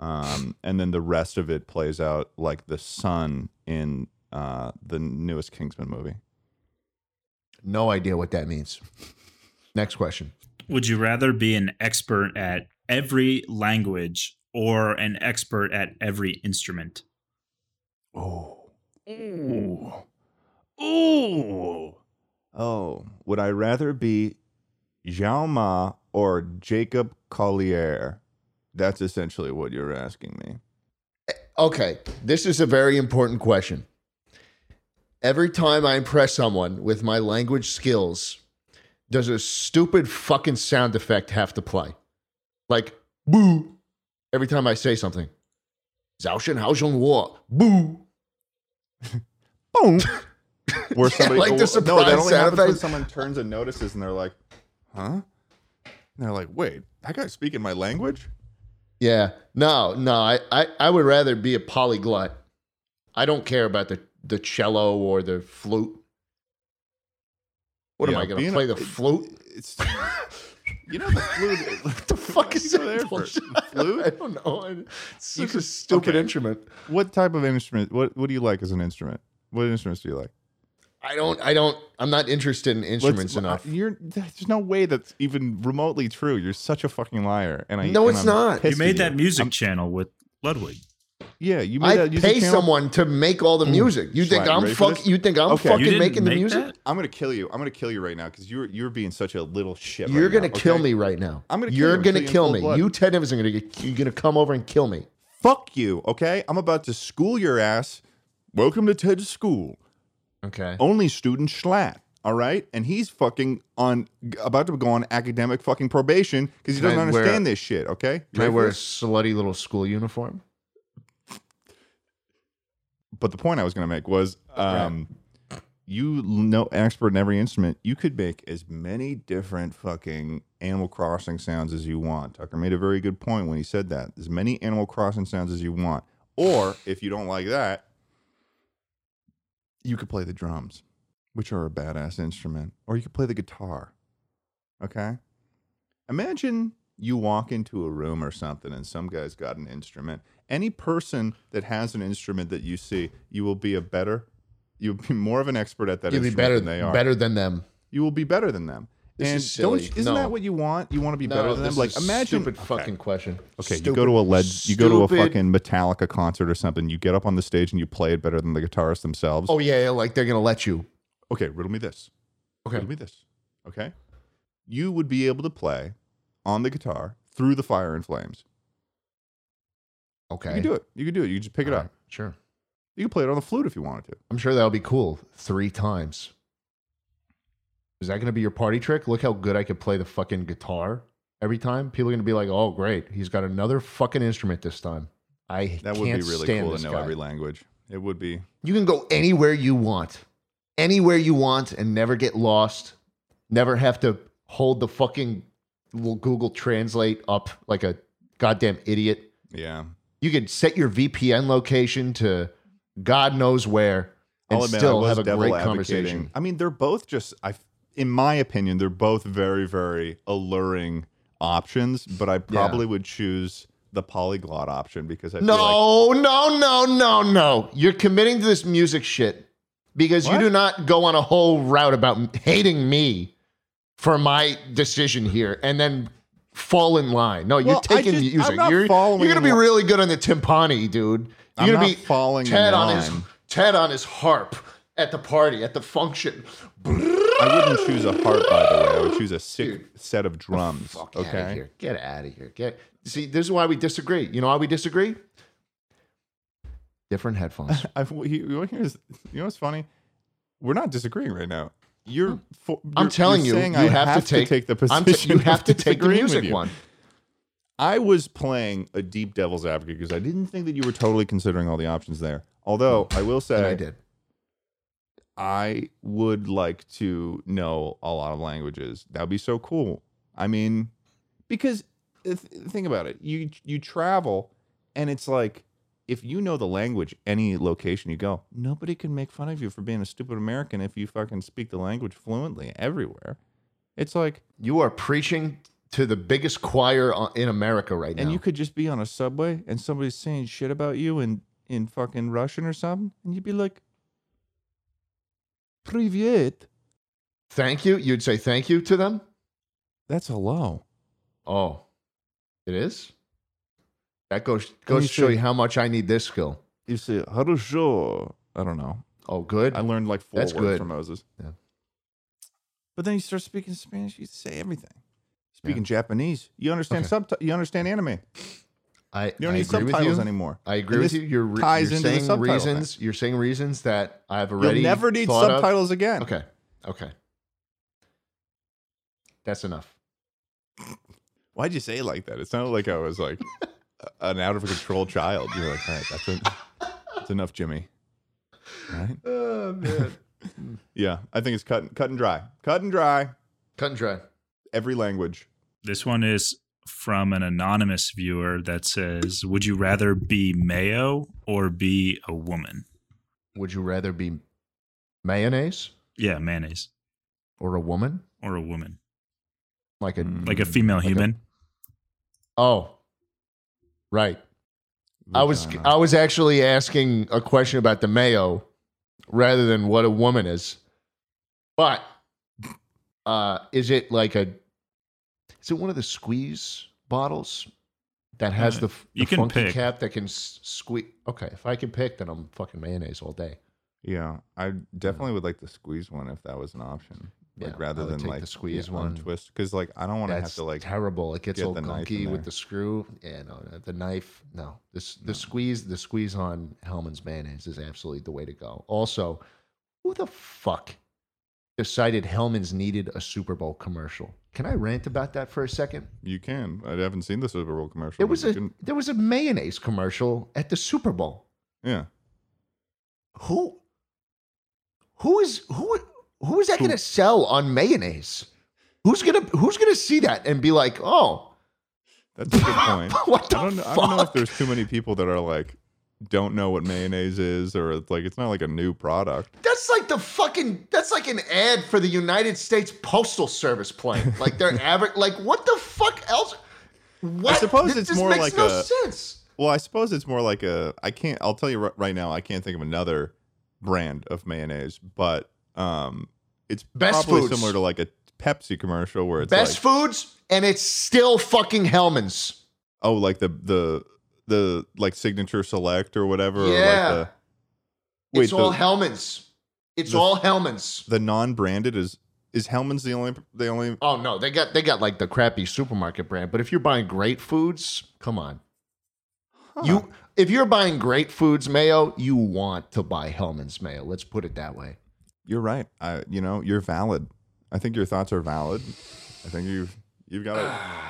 [SPEAKER 2] Um, and then the rest of it plays out like the sun in uh, the newest Kingsman movie.
[SPEAKER 1] No idea what that means. Next question.
[SPEAKER 3] would you rather be an expert at every language or an expert at every instrument?
[SPEAKER 2] Oh. Ooh. Ooh. Oh. Would I rather be Jaume or Jacob Collier? That's essentially what you're asking me.
[SPEAKER 1] Okay, this is a very important question. Every time I impress someone with my language skills, does a stupid fucking sound effect have to play? Like, boo, every time I say something. Zaoshen Haoshun War, boo.
[SPEAKER 2] boom. Where somebody
[SPEAKER 1] like the
[SPEAKER 2] no,
[SPEAKER 1] surprise
[SPEAKER 2] that only
[SPEAKER 1] sound
[SPEAKER 2] happens when
[SPEAKER 1] effect.
[SPEAKER 2] someone turns and notices, and they're like, "Huh?" And they're like, "Wait, that guy's speaking my language."
[SPEAKER 1] Yeah, no, no, I, I, I would rather be a polyglot. I don't care about the, the cello or the flute. What
[SPEAKER 2] Yeah,
[SPEAKER 1] am I going
[SPEAKER 2] being
[SPEAKER 1] to
[SPEAKER 2] a-
[SPEAKER 1] play? the flute?
[SPEAKER 2] It's you know the flute.
[SPEAKER 1] What the fuck is
[SPEAKER 2] you
[SPEAKER 1] that?
[SPEAKER 2] go there for?
[SPEAKER 1] bullshit?
[SPEAKER 2] Flute?
[SPEAKER 1] I don't know. I- It's
[SPEAKER 2] You
[SPEAKER 1] such
[SPEAKER 2] could-
[SPEAKER 1] a stupid
[SPEAKER 2] okay.
[SPEAKER 1] instrument.
[SPEAKER 2] What type of instrument? What What do you like as an instrument? What instruments do you like?
[SPEAKER 1] I don't. I don't. I'm not interested in instruments
[SPEAKER 2] Let's-
[SPEAKER 1] enough.
[SPEAKER 2] You're there's no way that's even remotely true. You're such a fucking liar. And I
[SPEAKER 1] No,
[SPEAKER 2] and
[SPEAKER 1] it's
[SPEAKER 2] I'm
[SPEAKER 1] not.
[SPEAKER 2] pissed
[SPEAKER 3] you made
[SPEAKER 2] at
[SPEAKER 3] that music
[SPEAKER 2] I'm-
[SPEAKER 3] channel with Ludwig.
[SPEAKER 2] yeah, you made
[SPEAKER 1] I
[SPEAKER 2] that music
[SPEAKER 1] pay
[SPEAKER 2] channel.
[SPEAKER 1] someone to make all the music. You think
[SPEAKER 2] Slide,
[SPEAKER 1] I'm
[SPEAKER 2] ready for
[SPEAKER 1] fuck?
[SPEAKER 2] this?
[SPEAKER 1] You think I'm
[SPEAKER 2] Okay. You
[SPEAKER 1] fucking
[SPEAKER 3] You didn't
[SPEAKER 1] making the
[SPEAKER 3] make
[SPEAKER 1] music?
[SPEAKER 3] that?
[SPEAKER 2] I'm gonna kill you. I'm gonna kill you right now because you're you're being such a little shit.
[SPEAKER 1] You're
[SPEAKER 2] right
[SPEAKER 1] gonna
[SPEAKER 2] now,
[SPEAKER 1] kill
[SPEAKER 2] okay?
[SPEAKER 1] me right now.
[SPEAKER 2] I'm gonna kill you.
[SPEAKER 1] You're
[SPEAKER 2] I'm
[SPEAKER 1] gonna
[SPEAKER 2] killing you in
[SPEAKER 1] kill
[SPEAKER 2] cold
[SPEAKER 1] me.
[SPEAKER 2] blood.
[SPEAKER 1] You Ted Evans are gonna. get- You're gonna come over and kill me.
[SPEAKER 2] fuck you, okay? I'm about to school your ass. Welcome to Ted's school.
[SPEAKER 1] Okay.
[SPEAKER 2] Only student Schlatt, all right? And he's fucking on about to go on academic fucking probation because he
[SPEAKER 1] Can I
[SPEAKER 2] doesn't
[SPEAKER 1] wear-
[SPEAKER 2] understand this shit, okay? You
[SPEAKER 1] Can I
[SPEAKER 2] ready for
[SPEAKER 1] wear a
[SPEAKER 2] this?
[SPEAKER 1] slutty little school uniform?
[SPEAKER 2] But the point I was gonna make was um you know expert in every instrument, you could make as many different fucking Animal Crossing sounds as you want. Tucker made a very good point when he said that. As many Animal Crossing sounds as you want. Or if you don't like that, you could play the drums, which are a badass instrument, or you could play the guitar. Okay? Imagine you walk into a room or something and some guy's got an instrument. Any person that has an instrument that you see, you will be a better, you'll be more of an expert at that
[SPEAKER 1] You'd be
[SPEAKER 2] instrument
[SPEAKER 1] better.
[SPEAKER 2] than they are
[SPEAKER 1] Better than them.
[SPEAKER 2] you will be better than them.
[SPEAKER 1] This
[SPEAKER 2] and
[SPEAKER 1] is silly.
[SPEAKER 2] don't you- isn't
[SPEAKER 1] No.
[SPEAKER 2] that what you want? You want to be
[SPEAKER 1] No,
[SPEAKER 2] better than
[SPEAKER 1] this
[SPEAKER 2] them? Like
[SPEAKER 1] is
[SPEAKER 2] imagine
[SPEAKER 1] stupid fucking question.
[SPEAKER 2] Okay, you
[SPEAKER 1] Stupid,
[SPEAKER 2] go to a led you go to a
[SPEAKER 1] stupid-
[SPEAKER 2] fucking Metallica concert or something, you get up on the stage and you play it better than the guitarists themselves.
[SPEAKER 1] Oh yeah, yeah, like they're gonna let you.
[SPEAKER 2] Okay, riddle me this.
[SPEAKER 1] Okay.
[SPEAKER 2] Riddle me this. Okay? You would be able to play on the guitar through the fire and flames.
[SPEAKER 1] Okay.
[SPEAKER 2] You can do it. You can do it. You can just pick it
[SPEAKER 1] All
[SPEAKER 2] up.
[SPEAKER 1] right, Sure.
[SPEAKER 2] You could play it on the flute if you wanted to.
[SPEAKER 1] I'm sure that'll be cool. Three times. Is that going to be your party trick? Look how good I could play the fucking guitar every time. People are going to be like, "Oh, great, he's got another fucking instrument this time." I
[SPEAKER 2] That
[SPEAKER 1] can't
[SPEAKER 2] would be really
[SPEAKER 1] stand
[SPEAKER 2] cool
[SPEAKER 1] this
[SPEAKER 2] to know
[SPEAKER 1] guy.
[SPEAKER 2] every language. It would be.
[SPEAKER 1] You can go anywhere you want, anywhere you want, and never get lost. Never have to hold the fucking little Google Translate up like a goddamn idiot.
[SPEAKER 2] Yeah.
[SPEAKER 1] You could set your VPN location to God knows where and
[SPEAKER 2] I'll admit, I
[SPEAKER 1] still
[SPEAKER 2] was
[SPEAKER 1] have a
[SPEAKER 2] devil
[SPEAKER 1] great
[SPEAKER 2] advocating.
[SPEAKER 1] conversation.
[SPEAKER 2] I mean, they're both just I in my opinion, they're both very, very alluring options, but I probably would choose the polyglot option because I feel
[SPEAKER 1] No, no, no, no, no. You're committing to this music shit because
[SPEAKER 2] What?
[SPEAKER 1] you do not go on a whole route about m- hating me for my decision here and then fall in line. No,
[SPEAKER 2] Well,
[SPEAKER 1] you're
[SPEAKER 2] I
[SPEAKER 1] taking
[SPEAKER 2] just-
[SPEAKER 1] the music.
[SPEAKER 2] I'm not
[SPEAKER 1] you're
[SPEAKER 2] following
[SPEAKER 1] you're going to
[SPEAKER 2] in
[SPEAKER 1] be
[SPEAKER 2] li-
[SPEAKER 1] really good on the timpani, dude.
[SPEAKER 2] I'm
[SPEAKER 1] You're going
[SPEAKER 2] not
[SPEAKER 1] to be
[SPEAKER 2] falling in
[SPEAKER 1] Ted on his
[SPEAKER 2] line.
[SPEAKER 1] Ted on his harp at the party, at the function.
[SPEAKER 2] like I wouldn't choose a harp, by the way. I would choose a sick set of drums.
[SPEAKER 1] Fuck okay. out of
[SPEAKER 2] Okay.
[SPEAKER 1] here. Get out of here. Get see. This is why we disagree. You know why we disagree? Different headphones.
[SPEAKER 2] I've, you, you know here's- you know what's funny? We're not disagreeing right now. You're, for,
[SPEAKER 1] I'm
[SPEAKER 2] you're-
[SPEAKER 1] telling
[SPEAKER 2] you're
[SPEAKER 1] you,
[SPEAKER 2] saying
[SPEAKER 1] you
[SPEAKER 2] I
[SPEAKER 1] have, to take,
[SPEAKER 2] the
[SPEAKER 1] I'm
[SPEAKER 2] position.
[SPEAKER 1] t- you
[SPEAKER 2] of
[SPEAKER 1] have to take the
[SPEAKER 2] disagreeing with
[SPEAKER 1] music
[SPEAKER 2] you.
[SPEAKER 1] one.
[SPEAKER 2] I was playing a deep devil's advocate because I didn't think that you were totally considering all the options there. Although I will
[SPEAKER 1] Hmm. And
[SPEAKER 2] say
[SPEAKER 1] I did.
[SPEAKER 2] I would like to know a lot of languages. That would be so cool. I mean, because th- think about it. You you travel and it's like if you know the language, any location you go, nobody can make fun of you for being a stupid American if you fucking speak the language fluently everywhere. It's like
[SPEAKER 1] You are preaching to the biggest choir on- in America right now.
[SPEAKER 2] And you could just be on a subway and somebody's saying shit about you in, in fucking Russian or something, and you'd be like, Privyet.
[SPEAKER 1] thank you. You'd say thank you to them.
[SPEAKER 2] That's hello.
[SPEAKER 1] Oh, it is. That goes
[SPEAKER 2] you
[SPEAKER 1] goes to show
[SPEAKER 2] say-
[SPEAKER 1] you how much I need this skill.
[SPEAKER 2] You say, Harusho. I don't know.
[SPEAKER 1] Oh, good.
[SPEAKER 2] I learned like four
[SPEAKER 1] That's
[SPEAKER 2] words
[SPEAKER 1] good.
[SPEAKER 2] from Moses.
[SPEAKER 1] Yeah.
[SPEAKER 2] But then you start speaking Spanish, you say everything. Speaking Japanese, you understand
[SPEAKER 1] Okay.
[SPEAKER 2] subti- you understand anime.
[SPEAKER 1] I
[SPEAKER 2] You don't
[SPEAKER 1] I
[SPEAKER 2] need
[SPEAKER 1] agree with
[SPEAKER 2] subtitles
[SPEAKER 1] you.
[SPEAKER 2] anymore.
[SPEAKER 1] I agree
[SPEAKER 2] And
[SPEAKER 1] with
[SPEAKER 2] this
[SPEAKER 1] you. You're, re-
[SPEAKER 2] ties
[SPEAKER 1] you're
[SPEAKER 2] into the
[SPEAKER 1] saying
[SPEAKER 2] subtitle thing.
[SPEAKER 1] reasons. You're saying reasons that I've
[SPEAKER 2] You'll
[SPEAKER 1] already
[SPEAKER 2] never need
[SPEAKER 1] thought of.
[SPEAKER 2] subtitles again.
[SPEAKER 1] Okay. Okay. That's enough.
[SPEAKER 2] Why'd you say it like that? It sounded like I was like an out of control child. You're like, all right, that's, en- that's enough, Jimmy. Right?
[SPEAKER 1] Oh man.
[SPEAKER 2] Yeah, I think it's cut and, cut and dry. Cut and dry.
[SPEAKER 1] Cut and dry.
[SPEAKER 2] Every language.
[SPEAKER 3] This one is from an anonymous viewer that says, "Would you rather be mayo or be a woman?"
[SPEAKER 1] Would you rather be mayonnaise
[SPEAKER 3] Yeah, mayonnaise
[SPEAKER 1] or a woman?
[SPEAKER 3] or a woman,
[SPEAKER 1] Like a
[SPEAKER 2] Mm.
[SPEAKER 3] like a female
[SPEAKER 1] Like a-
[SPEAKER 3] human.
[SPEAKER 1] oh. Right. I was I was actually asking a question about the mayo rather than what a woman is. But uh is it like a is it one of the squeeze bottles that has the,
[SPEAKER 3] Uh,
[SPEAKER 1] f-
[SPEAKER 3] you
[SPEAKER 1] the
[SPEAKER 3] can
[SPEAKER 1] funky
[SPEAKER 3] pick.
[SPEAKER 1] cap that can s- squeeze okay if i can pick then i'm fucking mayonnaise all day
[SPEAKER 2] yeah, I definitely would like the squeeze one if that was an option. Like
[SPEAKER 1] Yeah,
[SPEAKER 2] rather
[SPEAKER 1] I would
[SPEAKER 2] than
[SPEAKER 1] take
[SPEAKER 2] like
[SPEAKER 1] the squeeze
[SPEAKER 2] yeah,
[SPEAKER 1] one.
[SPEAKER 2] twist because like I don't want to have
[SPEAKER 1] That's
[SPEAKER 2] to like
[SPEAKER 1] terrible. It gets
[SPEAKER 2] get
[SPEAKER 1] all
[SPEAKER 2] the knife in
[SPEAKER 1] gunky
[SPEAKER 2] there.
[SPEAKER 1] with the screw. Yeah, no, no, the knife. No, this the squeeze. The squeeze on Hellman's mayonnaise is absolutely the way to go. Also, who the fuck decided Hellman's needed a Super Bowl commercial? Can I rant about that for a second?
[SPEAKER 2] you can. I haven't seen the Super Bowl commercial.
[SPEAKER 1] There
[SPEAKER 2] but
[SPEAKER 1] was
[SPEAKER 2] you
[SPEAKER 1] a
[SPEAKER 2] can-
[SPEAKER 1] there was a mayonnaise commercial at the Super Bowl.
[SPEAKER 2] yeah.
[SPEAKER 1] Who who is who who is that
[SPEAKER 2] Who-
[SPEAKER 1] going to sell on mayonnaise? Who's gonna who's gonna see that and be like, oh,
[SPEAKER 2] That's a good point.
[SPEAKER 1] what the
[SPEAKER 2] I don't know.
[SPEAKER 1] fuck?
[SPEAKER 2] I don't know if there's too many people that are like don't know what mayonnaise is or like it's not like a new product.
[SPEAKER 1] That's like the fucking. That's like an ad for the United States Postal Service plane. Like they're average. Like what the fuck else? What?
[SPEAKER 2] suppose
[SPEAKER 1] This
[SPEAKER 2] it's
[SPEAKER 1] just
[SPEAKER 2] more
[SPEAKER 1] makes
[SPEAKER 2] like
[SPEAKER 1] no
[SPEAKER 2] a-
[SPEAKER 1] sense.
[SPEAKER 2] Well, I suppose it's more like a I can't I'll tell you ri- right now I can't think of another brand of mayonnaise, but um it's
[SPEAKER 1] Best
[SPEAKER 2] probably
[SPEAKER 1] Foods.
[SPEAKER 2] similar to like a Pepsi commercial where it's
[SPEAKER 1] Best
[SPEAKER 2] like
[SPEAKER 1] foods, and it's still fucking Hellman's.
[SPEAKER 2] oh like the the the like signature select or whatever
[SPEAKER 1] yeah,
[SPEAKER 2] or like
[SPEAKER 1] it's
[SPEAKER 2] wait,
[SPEAKER 1] all
[SPEAKER 2] the-
[SPEAKER 1] Hellman's. It's
[SPEAKER 2] the-
[SPEAKER 1] all Hellman's.
[SPEAKER 2] the the non-branded is is Hellman's the only the only
[SPEAKER 1] Oh no, they got they got like the crappy supermarket brand. But if you're buying great foods, come on,
[SPEAKER 2] Huh.
[SPEAKER 1] you if you're buying great foods mayo, you want to buy Hellman's mayo. Let's put it that way.
[SPEAKER 2] You're right. I, you know, you're valid. I think your thoughts are valid. I think you've you've got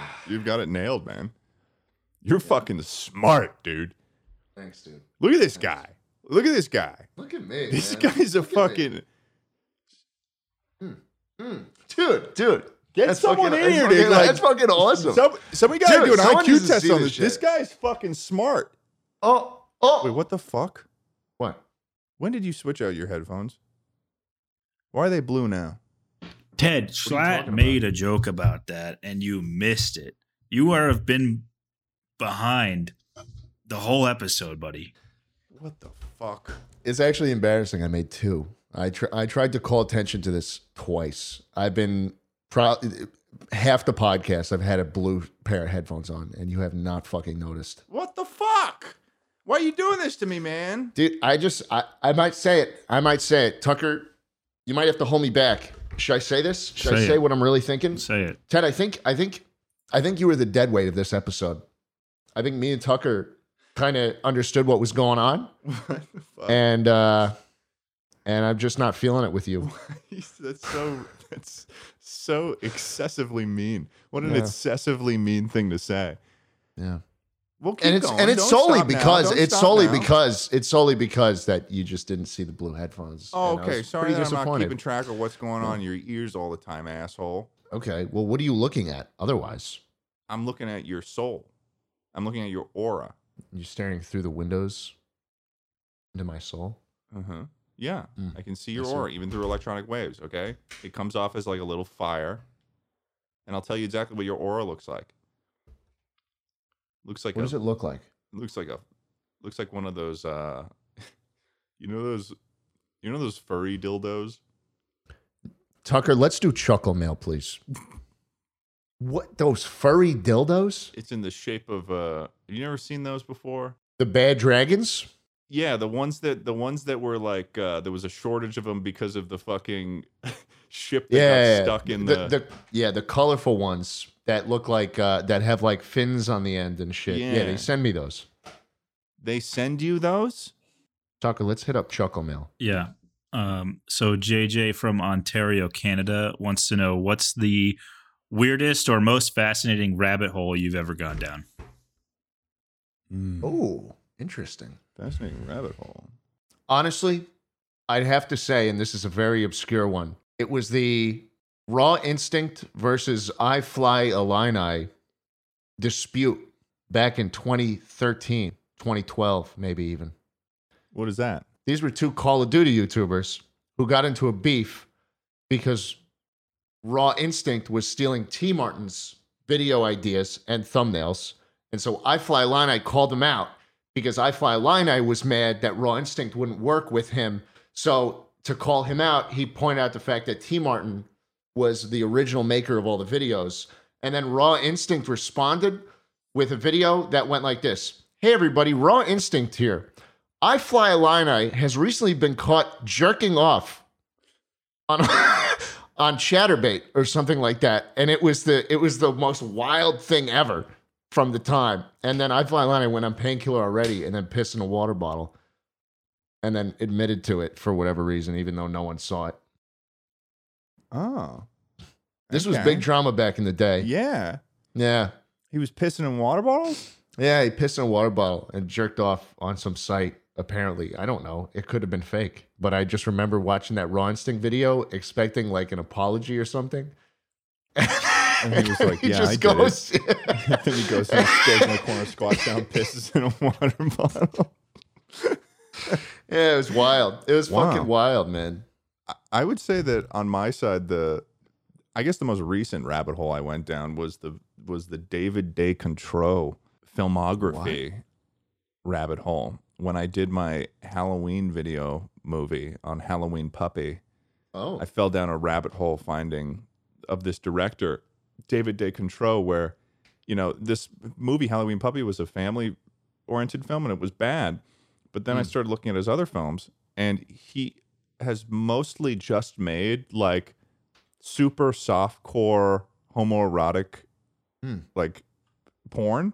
[SPEAKER 2] it. you've got it nailed, man. You're fucking smart, dude.
[SPEAKER 1] Thanks, dude.
[SPEAKER 2] Look at this guy. Look at this guy.
[SPEAKER 1] Look at me.
[SPEAKER 2] This
[SPEAKER 1] man.
[SPEAKER 2] guy's a
[SPEAKER 1] Look at me. Hmm.
[SPEAKER 2] fucking.
[SPEAKER 1] dude, dude.
[SPEAKER 2] Get someone
[SPEAKER 1] fucking,
[SPEAKER 2] in here,
[SPEAKER 1] that's
[SPEAKER 2] dude,
[SPEAKER 1] fucking-
[SPEAKER 2] like-
[SPEAKER 1] that's fucking awesome.
[SPEAKER 2] Some, somebody got to
[SPEAKER 1] Dude,
[SPEAKER 2] do an
[SPEAKER 1] someone needs
[SPEAKER 2] IQ
[SPEAKER 1] to
[SPEAKER 2] test
[SPEAKER 1] see
[SPEAKER 2] on
[SPEAKER 1] this
[SPEAKER 2] this. This
[SPEAKER 1] shit.
[SPEAKER 2] guy's fucking smart.
[SPEAKER 1] oh, oh.
[SPEAKER 2] Wait, what the fuck?
[SPEAKER 1] What?
[SPEAKER 2] When did you switch out your headphones? Why are they blue now?
[SPEAKER 3] Ted
[SPEAKER 1] What are you talking
[SPEAKER 3] Schlatt
[SPEAKER 1] about?
[SPEAKER 3] made a joke about that, and you missed it. You are have been behind the whole episode, buddy.
[SPEAKER 2] What the fuck?
[SPEAKER 1] It's actually embarrassing. I made two. I tr- I tried to call attention to this twice. I've been pro- half the podcast. I've had a blue pair of headphones on, and you have not fucking noticed,
[SPEAKER 2] What the fuck? Why are you doing this to me, man?
[SPEAKER 1] dude. I just I, I might say it. I might say it, Tucker. You might have to hold me back. Should I say this? Should I
[SPEAKER 3] Say
[SPEAKER 1] say
[SPEAKER 3] it.
[SPEAKER 1] what I'm really thinking?
[SPEAKER 3] Say it.
[SPEAKER 1] Ted, I think I think I think you were the dead weight of this episode. I think me and Tucker kind of understood what was going on,
[SPEAKER 2] What the fuck?
[SPEAKER 1] and uh, and I'm just not feeling it with you.
[SPEAKER 2] that's so that's so excessively mean. What an
[SPEAKER 1] Yeah.
[SPEAKER 2] excessively mean thing to say.
[SPEAKER 1] Yeah,
[SPEAKER 2] Well, keep
[SPEAKER 1] and it's
[SPEAKER 2] going.
[SPEAKER 1] and it's
[SPEAKER 2] Don't
[SPEAKER 1] solely
[SPEAKER 2] stop now.
[SPEAKER 1] because
[SPEAKER 2] Don't
[SPEAKER 1] it's
[SPEAKER 2] stop
[SPEAKER 1] solely
[SPEAKER 2] now.
[SPEAKER 1] because it's solely because that you just didn't see the blue headphones.
[SPEAKER 2] Oh,
[SPEAKER 1] and I
[SPEAKER 2] okay.
[SPEAKER 1] was
[SPEAKER 2] Sorry
[SPEAKER 1] pretty
[SPEAKER 2] that I'm not
[SPEAKER 1] disappointed.
[SPEAKER 2] keeping track of what's going on in your ears all the time, asshole.
[SPEAKER 1] Okay, well, what are you looking at? Otherwise,
[SPEAKER 2] I'm looking at your soul. I'm looking at your aura.
[SPEAKER 1] you're staring through the windows into my soul.
[SPEAKER 2] Uh-huh. Yeah,
[SPEAKER 1] Mm.
[SPEAKER 2] I can see your
[SPEAKER 1] I see.
[SPEAKER 2] aura even through electronic waves. Okay, it comes off as like a little fire, and I'll tell you exactly what your aura looks like. Looks like
[SPEAKER 1] What
[SPEAKER 2] a
[SPEAKER 1] does it look like?
[SPEAKER 2] looks like a looks like one of those uh, you know those you know those furry dildos.
[SPEAKER 1] Tucker, let's do chuckle mail, please. What those furry dildos?
[SPEAKER 2] It's in the shape of uh. Have you never seen those before?
[SPEAKER 1] The bad dragons?
[SPEAKER 2] Yeah, the ones that the ones that were like uh, there was a shortage of them because of the fucking ship that
[SPEAKER 1] Yeah,
[SPEAKER 2] got stuck in
[SPEAKER 1] the,
[SPEAKER 2] the,
[SPEAKER 1] the yeah the colorful ones that look like uh, that have like fins on the end and shit. Yeah,
[SPEAKER 2] Yeah.
[SPEAKER 1] they send me those.
[SPEAKER 2] They send you those?
[SPEAKER 1] Tucker, let's hit up Chuckle Mail.
[SPEAKER 3] Yeah. Um, so JJ from Ontario, Canada, wants to know what's the weirdest or most fascinating rabbit hole you've ever gone down.
[SPEAKER 1] Oh, interesting.
[SPEAKER 2] Fascinating rabbit hole.
[SPEAKER 1] Honestly, I'd have to say, and this is a very obscure one. It was the Raw Instinct versus I Fly Illini dispute back in 2013, 2012, maybe even.
[SPEAKER 2] What is that?
[SPEAKER 1] These were two Call of Duty YouTubers who got into a beef because Raw Instinct was stealing T Martin's video ideas and thumbnails. And so I Fly Line, I called him out because I Fly Line, I was mad that Raw Instinct wouldn't work with him. So to call him out, he pointed out the fact that T Martin was the original maker of all the videos. And then Raw Instinct responded with a video that went like this Hey, everybody, Raw Instinct here. I Fly Illini has recently been caught jerking off on on chatterbait or something like that and it was the it was the most wild thing ever from the time and then i fly line i went on painkiller already and then pissed in a water bottle and then admitted to it for whatever reason even though no one saw it
[SPEAKER 2] Oh.
[SPEAKER 1] this was
[SPEAKER 2] Okay.
[SPEAKER 1] big drama back in the day yeah
[SPEAKER 2] Yeah.
[SPEAKER 1] yeah,
[SPEAKER 2] He was pissing in water bottles?
[SPEAKER 1] he pissed in a water bottle and jerked off on some site apparently i don't know it could have been fake but i just remember watching that raw instinct video expecting like an apology or something and
[SPEAKER 2] he was like, "Yeah, I did it." then he goes and stays in the corner, squats down, pisses in a water bottle.
[SPEAKER 1] Yeah, it was wild. It was
[SPEAKER 2] Wow.
[SPEAKER 1] fucking wild, man.
[SPEAKER 2] I- I would say that on my side, the I guess the most recent rabbit hole I went down was the was the David De Contro filmography rabbit hole. When I did my Halloween video movie on Halloween Puppy,
[SPEAKER 1] Oh,
[SPEAKER 2] I fell down a rabbit hole finding of this director, David De Contro, where, you know, this movie Halloween Puppy was a family oriented film and it was bad. But then I
[SPEAKER 1] Mm.
[SPEAKER 2] started looking at his other films and he has mostly just made like super softcore homoerotic
[SPEAKER 1] Hmm.
[SPEAKER 2] like porn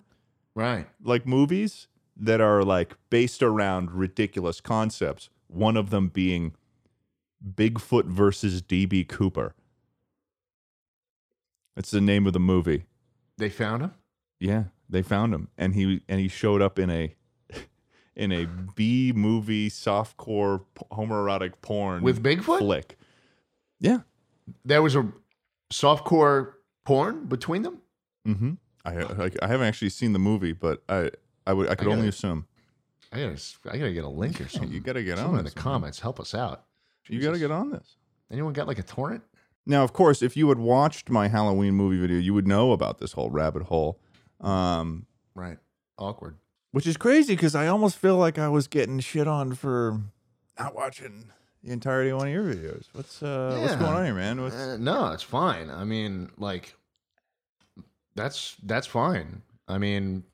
[SPEAKER 1] right.
[SPEAKER 2] like movies that are like based around ridiculous concepts. One of them being Bigfoot versus DB Cooper. That's the name of the movie.
[SPEAKER 1] They found him.
[SPEAKER 2] Yeah, they found him, and he and he showed up in a in a B movie softcore p- homoerotic porn
[SPEAKER 1] With Bigfoot?
[SPEAKER 2] flick. Yeah.
[SPEAKER 1] There was a softcore porn between them.
[SPEAKER 2] Mm-hmm. I, I I haven't actually seen the movie, but I I would I could
[SPEAKER 1] I
[SPEAKER 2] only
[SPEAKER 1] gotta-
[SPEAKER 2] assume
[SPEAKER 1] I gotta, s- I gotta get a link or something.
[SPEAKER 2] you got to get on
[SPEAKER 1] Someone in the
[SPEAKER 2] this, man.
[SPEAKER 1] comments, help us out.
[SPEAKER 2] You got to
[SPEAKER 1] Jesus.
[SPEAKER 2] get on this.
[SPEAKER 1] Anyone got like a torrent?
[SPEAKER 2] Now, of course, if you had watched my Halloween movie video, you would know about this whole rabbit hole. Um,
[SPEAKER 1] Right. Awkward.
[SPEAKER 2] which is crazy because I almost feel like I was getting shit on for not watching the entirety of one of your videos. What's uh, what's
[SPEAKER 1] Yeah.
[SPEAKER 2] going on here, man? What's,
[SPEAKER 1] Uh, no, it's fine. I mean, like, that's that's fine. I mean,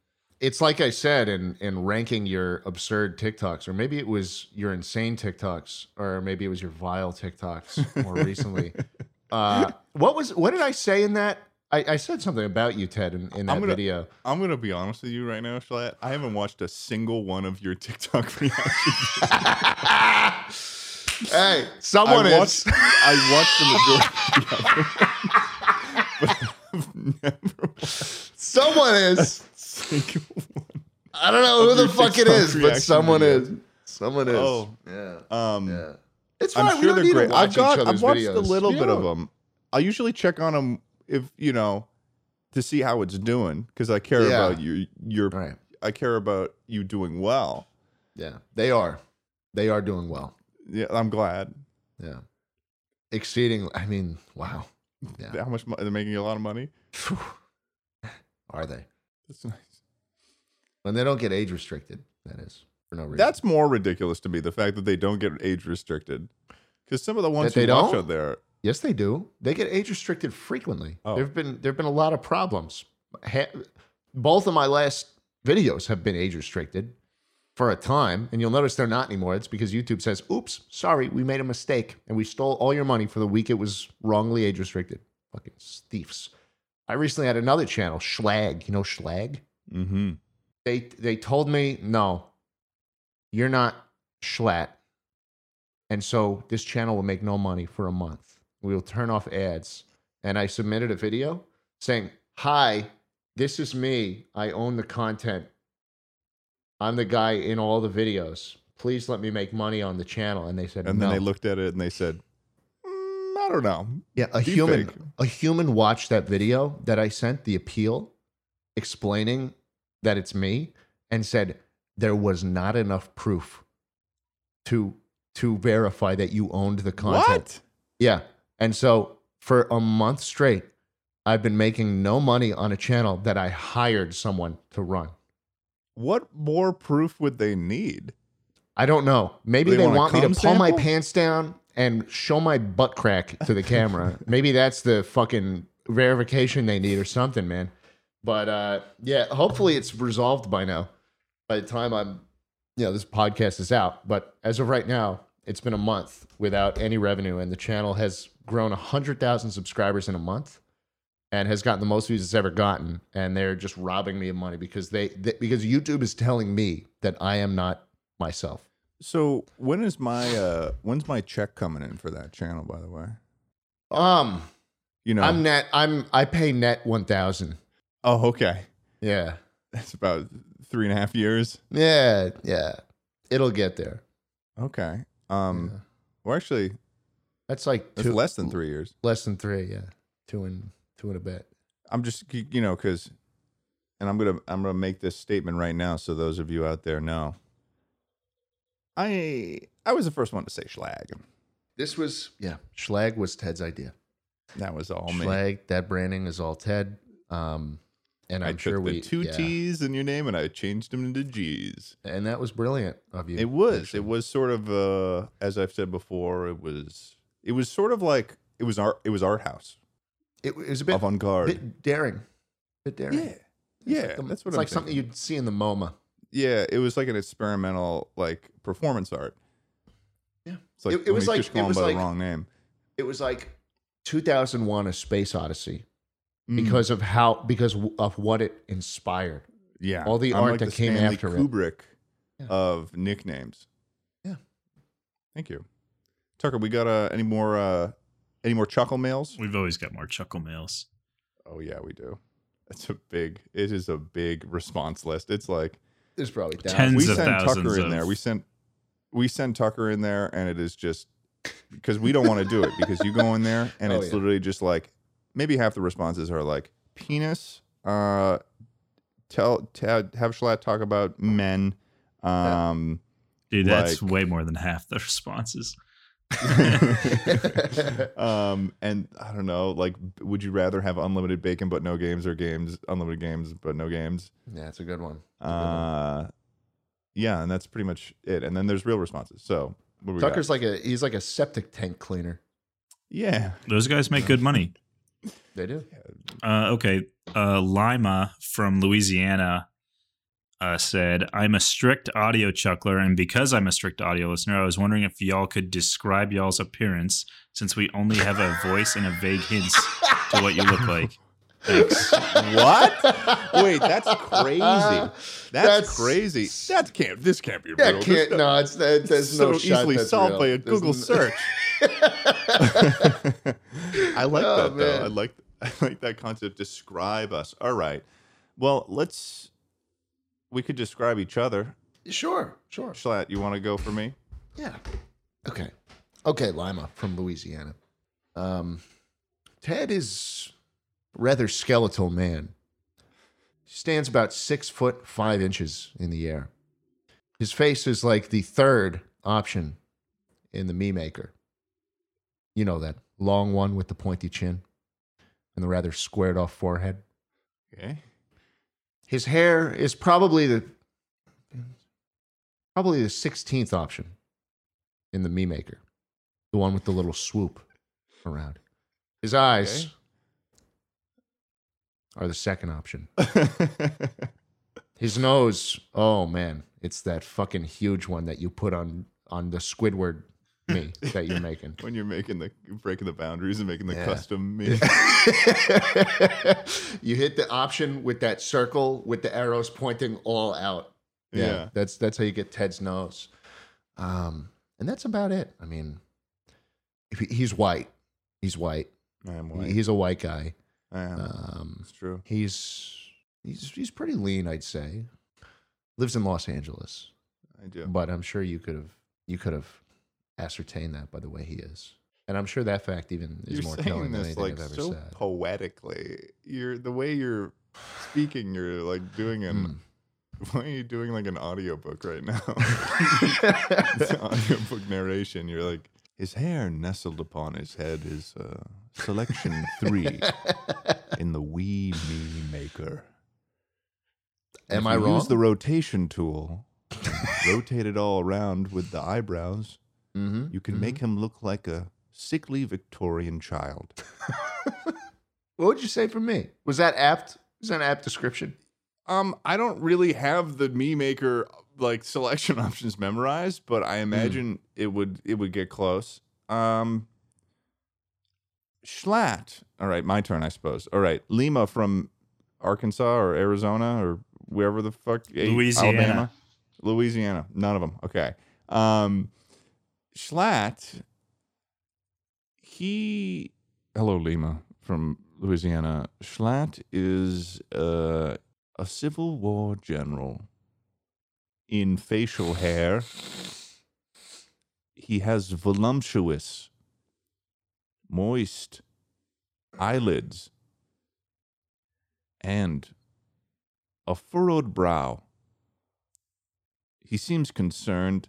[SPEAKER 1] it's like I said in in ranking your absurd TikToks, or maybe it was your insane TikToks, or maybe it was your vile TikToks more recently. Uh, what was what did I say in that? I, I said something about you, Ted, in, in that
[SPEAKER 2] gonna-
[SPEAKER 1] video.
[SPEAKER 2] I'm gonna be honest with you right now, Shalat. I haven't watched a single one of your TikTok videos.
[SPEAKER 1] hey, someone
[SPEAKER 2] I
[SPEAKER 1] is.
[SPEAKER 2] watched, I watched the majority of them, but I've never watched
[SPEAKER 1] Someone is.
[SPEAKER 2] a single one.
[SPEAKER 1] I don't know who
[SPEAKER 2] Of
[SPEAKER 1] the
[SPEAKER 2] your
[SPEAKER 1] fuck it
[SPEAKER 2] TikTok
[SPEAKER 1] is, but
[SPEAKER 2] reaction
[SPEAKER 1] someone
[SPEAKER 2] videos.
[SPEAKER 1] is. Someone is.
[SPEAKER 2] Oh.
[SPEAKER 1] yeah.
[SPEAKER 2] Um,
[SPEAKER 1] Yeah. It's fine.
[SPEAKER 2] I'm
[SPEAKER 1] we
[SPEAKER 2] sure
[SPEAKER 1] don't
[SPEAKER 2] they're
[SPEAKER 1] need
[SPEAKER 2] great.
[SPEAKER 1] To watch
[SPEAKER 2] I've got,
[SPEAKER 1] each
[SPEAKER 2] I've
[SPEAKER 1] other's
[SPEAKER 2] watched
[SPEAKER 1] videos.
[SPEAKER 2] a little
[SPEAKER 1] You
[SPEAKER 2] bit of
[SPEAKER 1] know,
[SPEAKER 2] them. I usually check on them if you know to see how it's doing because I care
[SPEAKER 1] Yeah.
[SPEAKER 2] about you. Your,
[SPEAKER 1] All right.
[SPEAKER 2] I care about you doing well.
[SPEAKER 1] Yeah. They are. They are doing well.
[SPEAKER 2] Yeah, I'm glad.
[SPEAKER 1] Yeah. Exceeding. I mean, wow. Yeah.
[SPEAKER 2] How much money? They're making you a lot of money.
[SPEAKER 1] Phew. Are they?
[SPEAKER 2] That's nice.
[SPEAKER 1] When they don't get age restricted, that is for no reason.
[SPEAKER 2] That's more ridiculous to me. The fact that they don't get age restricted because some of the ones
[SPEAKER 1] That
[SPEAKER 2] you
[SPEAKER 1] they
[SPEAKER 2] watch
[SPEAKER 1] don't?
[SPEAKER 2] out there.
[SPEAKER 1] yes, they do. They get age restricted frequently.
[SPEAKER 2] Oh.
[SPEAKER 1] There've been there've been a lot of problems. Ha- both of my last videos have been age restricted for a time, and you'll notice they're not anymore. It's because YouTube says, "Oops, sorry, we made a mistake, and we stole all your money for the week it was wrongly age restricted." Fucking thieves. I recently had another channel, Schlag. You know Schlag?
[SPEAKER 2] Mm-hmm.
[SPEAKER 1] They they told me, "No, you're not Schlat," and so this channel will make no money for a month. We will turn off ads. And I submitted a video saying, "Hi, this is me. I own the content. I'm the guy in all the videos. Please let me make money on the channel." And they said,
[SPEAKER 2] And
[SPEAKER 1] no.
[SPEAKER 2] then they looked at it and they said, "Mm, "I don't know."
[SPEAKER 1] Yeah, a
[SPEAKER 2] Deep
[SPEAKER 1] human
[SPEAKER 2] fake.
[SPEAKER 1] a human watched that video that I sent, the appeal, explaining that it's me, and said there was not enough proof to to verify that you owned the content.
[SPEAKER 2] What?
[SPEAKER 1] Yeah. And so for a month straight, I've been making no money on a channel that I hired someone to run.
[SPEAKER 2] What more proof would they need?
[SPEAKER 1] I don't know. Maybe
[SPEAKER 2] They
[SPEAKER 1] they,
[SPEAKER 2] want a
[SPEAKER 1] want me to
[SPEAKER 2] cum
[SPEAKER 1] pull my
[SPEAKER 2] sample?
[SPEAKER 1] pants down and show my butt crack to the camera. Maybe that's the fucking verification they need or something, man. But uh, yeah, hopefully it's resolved by now. By the time I'm, you know, this podcast is out. But as of right now, it's been a month without any revenue, and the channel has grown hundred thousand subscribers in a month, and has gotten the most views it's ever gotten. And they're just robbing me of money because they, they because YouTube is telling me that I am not myself.
[SPEAKER 2] So when is my uh when's my check coming in for that channel? By the way,
[SPEAKER 1] Um,
[SPEAKER 2] you know.
[SPEAKER 1] I'm net. I'm I pay net one thousand.
[SPEAKER 2] oh, okay.
[SPEAKER 1] Yeah,
[SPEAKER 2] That's about three and a half years.
[SPEAKER 1] yeah, yeah. It'll get there.
[SPEAKER 2] Okay. Um.
[SPEAKER 1] Yeah.
[SPEAKER 2] Well, actually,
[SPEAKER 1] That's like
[SPEAKER 2] it's
[SPEAKER 1] two,
[SPEAKER 2] less than three years.
[SPEAKER 1] Less than three. Yeah, two and two and a bit.
[SPEAKER 2] I'm just y- you know because, and I'm gonna I'm gonna make this statement right now so those of you out there know. I I was the first one to say schlag.
[SPEAKER 1] This was yeah. Schlag was Ted's idea.
[SPEAKER 2] That was all me.
[SPEAKER 1] Schlag. That branding is all Ted. Um, and
[SPEAKER 2] I
[SPEAKER 1] I'm
[SPEAKER 2] took
[SPEAKER 1] sure
[SPEAKER 2] the
[SPEAKER 1] we
[SPEAKER 2] two
[SPEAKER 1] yeah.
[SPEAKER 2] T's in your name and I changed them into G's.
[SPEAKER 1] And that was brilliant of you.
[SPEAKER 2] It was.
[SPEAKER 1] actually.
[SPEAKER 2] It was sort of uh as I've said before, it was it was sort of like it was art it was art house.
[SPEAKER 1] It, was a bit,
[SPEAKER 2] Avant garde.
[SPEAKER 1] bit daring. Bit daring.
[SPEAKER 2] Yeah. Yeah.
[SPEAKER 1] It's like, the-
[SPEAKER 2] that's what
[SPEAKER 1] it's
[SPEAKER 2] I'm
[SPEAKER 1] like something
[SPEAKER 2] thinking.
[SPEAKER 1] you'd see in the MoMA.
[SPEAKER 2] Yeah, it was like an experimental like performance art.
[SPEAKER 1] Yeah.
[SPEAKER 2] It's like
[SPEAKER 1] It- it
[SPEAKER 2] when
[SPEAKER 1] was
[SPEAKER 2] you
[SPEAKER 1] like-
[SPEAKER 2] just
[SPEAKER 1] it
[SPEAKER 2] call 'em
[SPEAKER 1] was
[SPEAKER 2] by
[SPEAKER 1] like-
[SPEAKER 2] the wrong name.
[SPEAKER 1] It was like 2001: A Space Odyssey.
[SPEAKER 2] Mm.
[SPEAKER 1] because of how because w- of what it inspired.
[SPEAKER 2] Yeah,
[SPEAKER 1] All the
[SPEAKER 2] I'm
[SPEAKER 1] art
[SPEAKER 2] like
[SPEAKER 1] that
[SPEAKER 2] the
[SPEAKER 1] came
[SPEAKER 2] Stanley
[SPEAKER 1] after it.
[SPEAKER 2] Kubrick
[SPEAKER 1] Yeah.
[SPEAKER 2] of nicknames.
[SPEAKER 1] Yeah.
[SPEAKER 2] Thank you, Tucker. We got uh, any more uh, any more chuckle mails?
[SPEAKER 3] We've always got more chuckle mails.
[SPEAKER 2] Oh yeah, we do. That's a big. It is a big response list. It's like
[SPEAKER 1] There's probably
[SPEAKER 3] Ten-
[SPEAKER 1] thousands.
[SPEAKER 2] we
[SPEAKER 3] of
[SPEAKER 2] send Tucker
[SPEAKER 3] thousands
[SPEAKER 2] in
[SPEAKER 3] of-
[SPEAKER 2] there. We sent we send Tucker in there, and it is just because we don't want to do it because you go in there and
[SPEAKER 1] Oh,
[SPEAKER 2] it's
[SPEAKER 1] yeah.
[SPEAKER 2] literally just like maybe half the responses are like penis. Uh, tell Tad have Schlatt talk about men. Um,
[SPEAKER 3] Dude, that's
[SPEAKER 2] Like-
[SPEAKER 3] way more than half the responses.
[SPEAKER 2] um, and I don't know. Like, would you rather have unlimited bacon but no games, or games unlimited games but no games?
[SPEAKER 1] Yeah, that's a good one. That's a good one.
[SPEAKER 2] Uh, yeah, and that's pretty much it. And then there's real responses. So what do we got?
[SPEAKER 1] Tucker's like a he's like a septic tank cleaner.
[SPEAKER 2] yeah,
[SPEAKER 3] Those guys make good money.
[SPEAKER 1] They do.
[SPEAKER 3] Uh, okay. Uh, Lima from Louisiana uh, said, I'm a strict audio chuckler, and because I'm a strict audio listener, I was wondering if y'all could describe y'all's appearance since we only have a voice and a vague hints to what you look like. Thanks.
[SPEAKER 1] Uh,
[SPEAKER 2] What? Wait, that's crazy. that's,
[SPEAKER 1] That's-
[SPEAKER 2] crazy. That can't. This can't be
[SPEAKER 1] That
[SPEAKER 2] real. This
[SPEAKER 1] can't. No, it's that, there's
[SPEAKER 2] so
[SPEAKER 1] no shot
[SPEAKER 2] easily
[SPEAKER 1] that's
[SPEAKER 2] solved
[SPEAKER 1] real.
[SPEAKER 2] by a
[SPEAKER 1] There's n-
[SPEAKER 2] Google search. I like
[SPEAKER 1] Oh,
[SPEAKER 2] that though. I
[SPEAKER 1] man.
[SPEAKER 2] like I like that concept. Describe us. All right. Well, let's. We could describe each other.
[SPEAKER 1] sure, sure.
[SPEAKER 2] Schlatt, you want to go for me?
[SPEAKER 1] Yeah. Okay. Okay, Lima from Louisiana. Um, Ted is rather skeletal man. Stands about six foot five inches in the air. His face is like the third option in the Me Maker. You know that long one with the pointy chin and the rather squared off forehead.
[SPEAKER 2] Okay.
[SPEAKER 1] His hair is probably the probably the sixteenth option in the Me Maker, the one with the little swoop around. His eyes
[SPEAKER 2] Okay.
[SPEAKER 1] are the second option. His nose, oh man, it's that fucking huge one that you put on on the Squidward me that you're making.
[SPEAKER 2] when you're making the breaking the boundaries and making the
[SPEAKER 1] Yeah.
[SPEAKER 2] custom me.
[SPEAKER 1] you hit the option with that circle with the arrows pointing all out. Yeah,
[SPEAKER 2] Yeah.
[SPEAKER 1] that's that's how you get Ted's nose. Um, and that's about it. I mean, if he- he's white. He's white.
[SPEAKER 2] I am
[SPEAKER 1] He-
[SPEAKER 2] white. Uh,
[SPEAKER 1] He's a white guy.
[SPEAKER 2] I am.
[SPEAKER 1] Um,
[SPEAKER 2] it's true.
[SPEAKER 1] he's he's he's pretty lean, I'd say. Lives in Los Angeles,
[SPEAKER 2] I do.
[SPEAKER 1] but I'm sure you could have you could have ascertained that by the way he is. And I'm sure that fact even is
[SPEAKER 2] You're
[SPEAKER 1] more
[SPEAKER 2] saying
[SPEAKER 1] telling than
[SPEAKER 2] this
[SPEAKER 1] anything
[SPEAKER 2] like
[SPEAKER 1] I've ever
[SPEAKER 2] so
[SPEAKER 1] said.
[SPEAKER 2] poetically. You're the way you're speaking. You're like doing
[SPEAKER 1] Mm.
[SPEAKER 2] an. Why are you doing like an audiobook right now? it's an
[SPEAKER 1] yeah,
[SPEAKER 2] audiobook narration. You're like his hair nestled upon his head is uh, selection three in the wee me maker.
[SPEAKER 1] Am
[SPEAKER 2] If
[SPEAKER 1] I
[SPEAKER 2] you
[SPEAKER 1] wrong?
[SPEAKER 2] Use the rotation tool. rotate it all around with the eyebrows.
[SPEAKER 1] Mhm,
[SPEAKER 2] You can
[SPEAKER 1] mhm.
[SPEAKER 2] make him look like a sickly Victorian child.
[SPEAKER 1] What would you say for me? Was that apt? Was that an apt description?
[SPEAKER 2] Um, I don't really have the me maker like selection options memorized, but I imagine it would it would get close. Um, Schlatt. All right, my turn, I suppose. All right, Lima from Arkansas or Arizona or wherever the fuck eh,
[SPEAKER 3] Louisiana.
[SPEAKER 2] Alabama? Louisiana. None of them. Okay. Um, Schlatt. He. Hello, Lima from Louisiana. Schlatt is uh, a Civil War general in facial hair. He has voluptuous, moist eyelids and a furrowed brow. He seems concerned,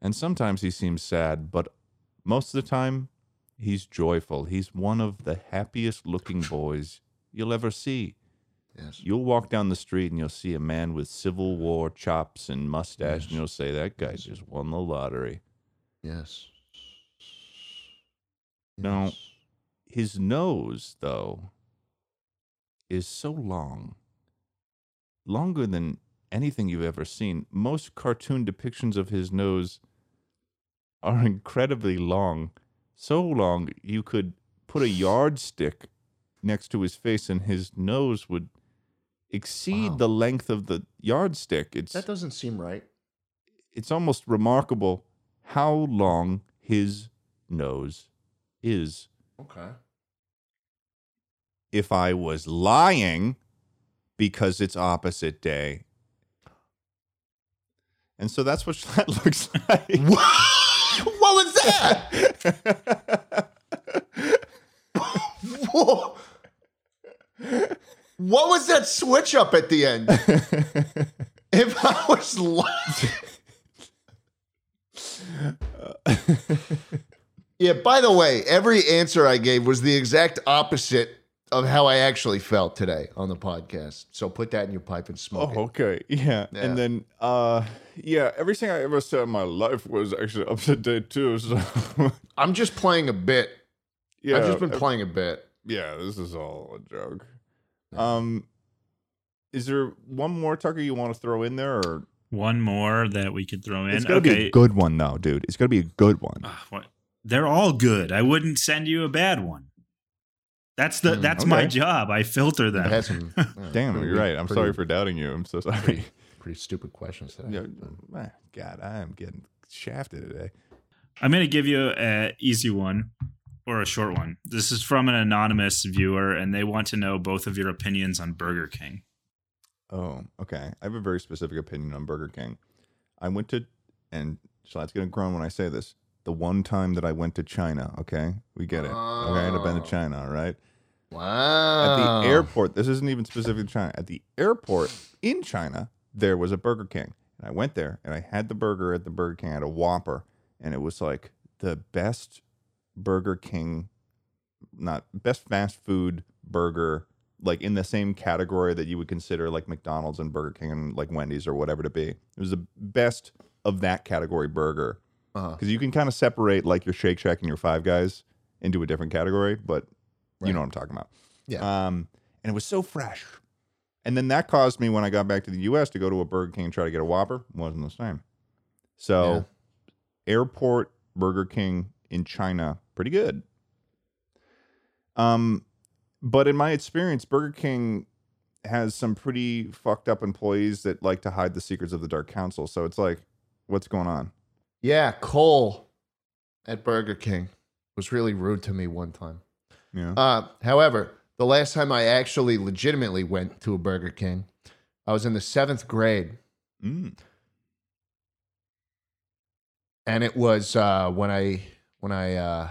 [SPEAKER 2] and sometimes he seems sad, but most of the time he's joyful. He's one of the happiest looking boys you'll ever see.
[SPEAKER 1] Yes.
[SPEAKER 2] You'll walk down the street and you'll see a man with Civil War chops and mustache, and you'll say, That guy just won the lottery.
[SPEAKER 1] Yes.
[SPEAKER 2] No.
[SPEAKER 1] Yes.
[SPEAKER 2] His nose, though, is so long, longer than anything you've ever seen. Most cartoon depictions of his nose are incredibly long, so long you could put a yardstick next to his face and his nose would exceed
[SPEAKER 1] Wow.
[SPEAKER 2] the length of the yardstick. It's
[SPEAKER 1] That doesn't seem right.
[SPEAKER 2] it's almost remarkable how long his nose is.
[SPEAKER 1] Okay.
[SPEAKER 2] If I was lying, because it's opposite day. And so that's what that looks like.
[SPEAKER 1] what was that? Whoa. What was that switch up at the end? If I was lying. yeah, by the way, every answer I gave was the exact opposite of how I actually felt today on the podcast. So put that in your pipe and smoke
[SPEAKER 2] Oh,
[SPEAKER 1] it.
[SPEAKER 2] okay. Yeah.
[SPEAKER 1] Yeah.
[SPEAKER 2] And then, uh, yeah, everything I ever said in my life was actually up to date too. So,
[SPEAKER 1] I'm just playing a bit.
[SPEAKER 2] yeah, uh,
[SPEAKER 1] I've just been
[SPEAKER 2] ev-
[SPEAKER 1] playing a bit.
[SPEAKER 2] yeah, this is all a joke.
[SPEAKER 1] Yeah.
[SPEAKER 2] Um, is there one more Tucker you want to throw in there, or
[SPEAKER 3] One more that we could throw in.
[SPEAKER 2] it's gotta be a good one though, dude? It's gotta be a good one.
[SPEAKER 3] Ah, what? They're all good. I wouldn't send you a bad one. That's the
[SPEAKER 1] Hmm,
[SPEAKER 3] that's my
[SPEAKER 2] okay.
[SPEAKER 3] job. I filter them.
[SPEAKER 1] Had some- yeah,
[SPEAKER 2] Damn,
[SPEAKER 1] pretty-
[SPEAKER 2] you're right. I'm
[SPEAKER 1] pretty-
[SPEAKER 2] sorry for doubting you. I'm so sorry.
[SPEAKER 1] pretty stupid questions today.
[SPEAKER 2] Yeah, eh, God, I am getting shafted today.
[SPEAKER 3] I'm going to give you an easy one or a short one. This is from an anonymous viewer, and they want to know both of your opinions on Burger King.
[SPEAKER 2] Oh, okay. I have a very specific opinion on Burger King. I went to, and Shad's gonna groan when I say this. The one time that I went to China, okay, we get it. Okay, I've been
[SPEAKER 1] Oh.
[SPEAKER 2] to China, all right.
[SPEAKER 1] Wow.
[SPEAKER 2] At the airport, this isn't even specific to China. At the airport in China, there was a Burger King, and I went there and I had the burger at the Burger King. I had a Whopper, and it was like the best Burger King, not best fast food burger, like in the same category that you would consider like McDonald's and Burger King and like Wendy's or whatever to be. It was the best of that category burger
[SPEAKER 1] Uh-huh.
[SPEAKER 2] because you can kind of separate like your Shake Shack and your Five Guys into a different category, but
[SPEAKER 1] Right.
[SPEAKER 2] you know what I'm talking about.
[SPEAKER 1] Yeah.
[SPEAKER 2] Um, and it was so fresh. And then that caused me when I got back to the U.S. to go to a Burger King and try to get a Whopper. wasn't the same. So, airport Burger King in China, pretty good. Um, but in my experience, Burger King has some pretty fucked up employees that like to hide the secrets of the Dark Council. So it's like, what's going on?
[SPEAKER 1] Yeah, Cole at Burger King was really rude to me one time.
[SPEAKER 2] Yeah.
[SPEAKER 1] Uh, however, the last time I actually legitimately went to a Burger King, I was in the seventh grade,
[SPEAKER 2] Mm.
[SPEAKER 1] and it was uh, when I when I uh,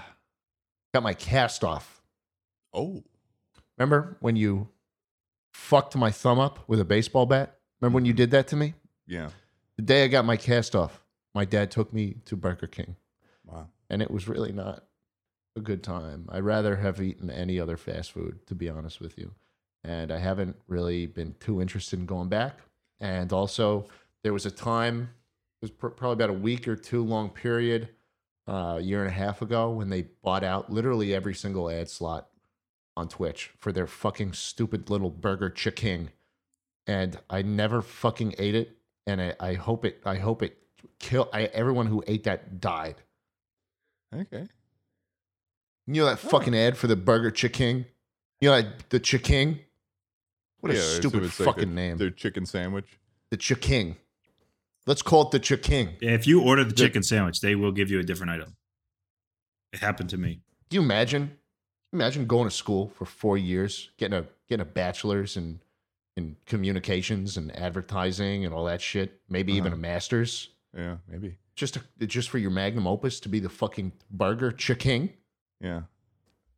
[SPEAKER 1] got my cast off.
[SPEAKER 2] Oh.
[SPEAKER 1] Remember when you fucked my thumb up with a baseball bat? Remember
[SPEAKER 2] Mm-hmm.
[SPEAKER 1] when you did that to me?
[SPEAKER 2] Yeah.
[SPEAKER 1] The day I got my cast off, my dad took me to Burger King.
[SPEAKER 2] Wow.
[SPEAKER 1] and it was really not a good time. I'd rather have eaten any other fast food, to be honest with you. And I haven't really been too interested in going back. And also, there was a time, it was pr- probably about a week or two long period, uh, a year and a half ago, when they bought out literally every single ad slot on Twitch for their fucking stupid little burger chicken. And I never fucking ate it. And I, I hope it, I hope it kill. I, everyone who ate that died.
[SPEAKER 2] Okay.
[SPEAKER 1] You know that
[SPEAKER 2] Oh.
[SPEAKER 1] fucking ad for the Burger Chiking? You know that, the Chiking? What a
[SPEAKER 2] Yeah, so
[SPEAKER 1] stupid
[SPEAKER 2] it's like
[SPEAKER 1] fucking
[SPEAKER 2] their-
[SPEAKER 1] name.
[SPEAKER 2] Their chicken sandwich.
[SPEAKER 1] the Chiking. Let's call it the Chiking.
[SPEAKER 3] If you order the
[SPEAKER 1] The-
[SPEAKER 3] chicken sandwich, they will give you a different item. It happened to me.
[SPEAKER 1] Do you imagine? Imagine going to school for four years, getting a getting a bachelor's in in communications and advertising and all that shit. Maybe even a
[SPEAKER 2] Uh-huh.
[SPEAKER 1] master's.
[SPEAKER 2] Yeah, maybe.
[SPEAKER 1] Just to, just for your magnum opus to be the fucking Burger Chiking.
[SPEAKER 2] Yeah.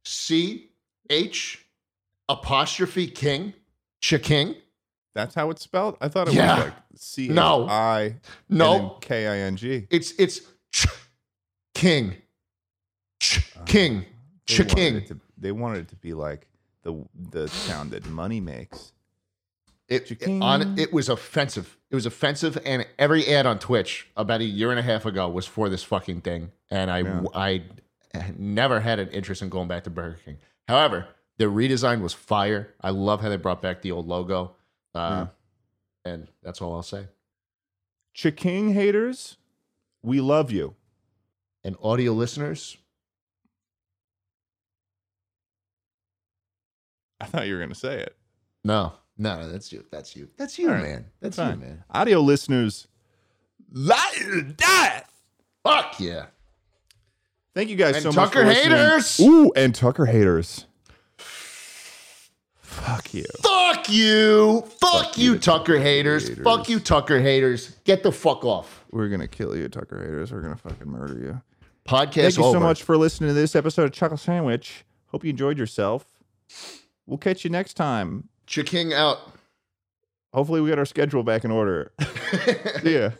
[SPEAKER 1] C H apostrophe King Chiking.
[SPEAKER 2] That's how it's spelled. I thought it
[SPEAKER 1] Yeah.
[SPEAKER 2] was like C
[SPEAKER 1] No.
[SPEAKER 2] I
[SPEAKER 1] No.
[SPEAKER 2] K I N G.
[SPEAKER 1] It's it's ch- king, ch- king,
[SPEAKER 2] They wanted
[SPEAKER 1] Chiking.
[SPEAKER 2] it to- They wanted it to be like the the sound that money makes.
[SPEAKER 1] It, it-
[SPEAKER 2] Ch-king.
[SPEAKER 1] on it was offensive. It was offensive, and every ad on Twitch about a year and a half ago was for this fucking thing. And I
[SPEAKER 2] Yeah.
[SPEAKER 1] I never had an interest in going back to Burger King. However, the redesign was fire. I love how they brought back the old logo. Uh, And that's all I'll say.
[SPEAKER 2] Chiking haters, we love you.
[SPEAKER 1] And audio listeners,
[SPEAKER 2] I thought you were gonna say it.
[SPEAKER 1] no, No, no, that's you. That's you. That's you,
[SPEAKER 2] All right.
[SPEAKER 1] man. That's
[SPEAKER 2] Fine.
[SPEAKER 1] you, man.
[SPEAKER 2] Audio listeners, live death.
[SPEAKER 1] Fuck yeah.
[SPEAKER 2] Thank you guys
[SPEAKER 1] And
[SPEAKER 2] so
[SPEAKER 1] Tucker
[SPEAKER 2] much. for listening.
[SPEAKER 1] haters!
[SPEAKER 2] Ooh, and Tucker haters. Fuck you.
[SPEAKER 1] Fuck you. Fuck, you,
[SPEAKER 2] you,
[SPEAKER 1] Tucker haters.
[SPEAKER 2] haters.
[SPEAKER 1] Fuck you, Tucker haters. Get the fuck off.
[SPEAKER 2] We're gonna kill you, Tucker haters. We're gonna fucking murder you.
[SPEAKER 1] Podcast
[SPEAKER 2] Thank you
[SPEAKER 1] over.
[SPEAKER 2] so much for listening to this episode of Chuckle Sandwich. Hope you enjoyed yourself. We'll catch you next time.
[SPEAKER 1] Cha-king out.
[SPEAKER 2] Hopefully, we got our schedule back in order. yeah.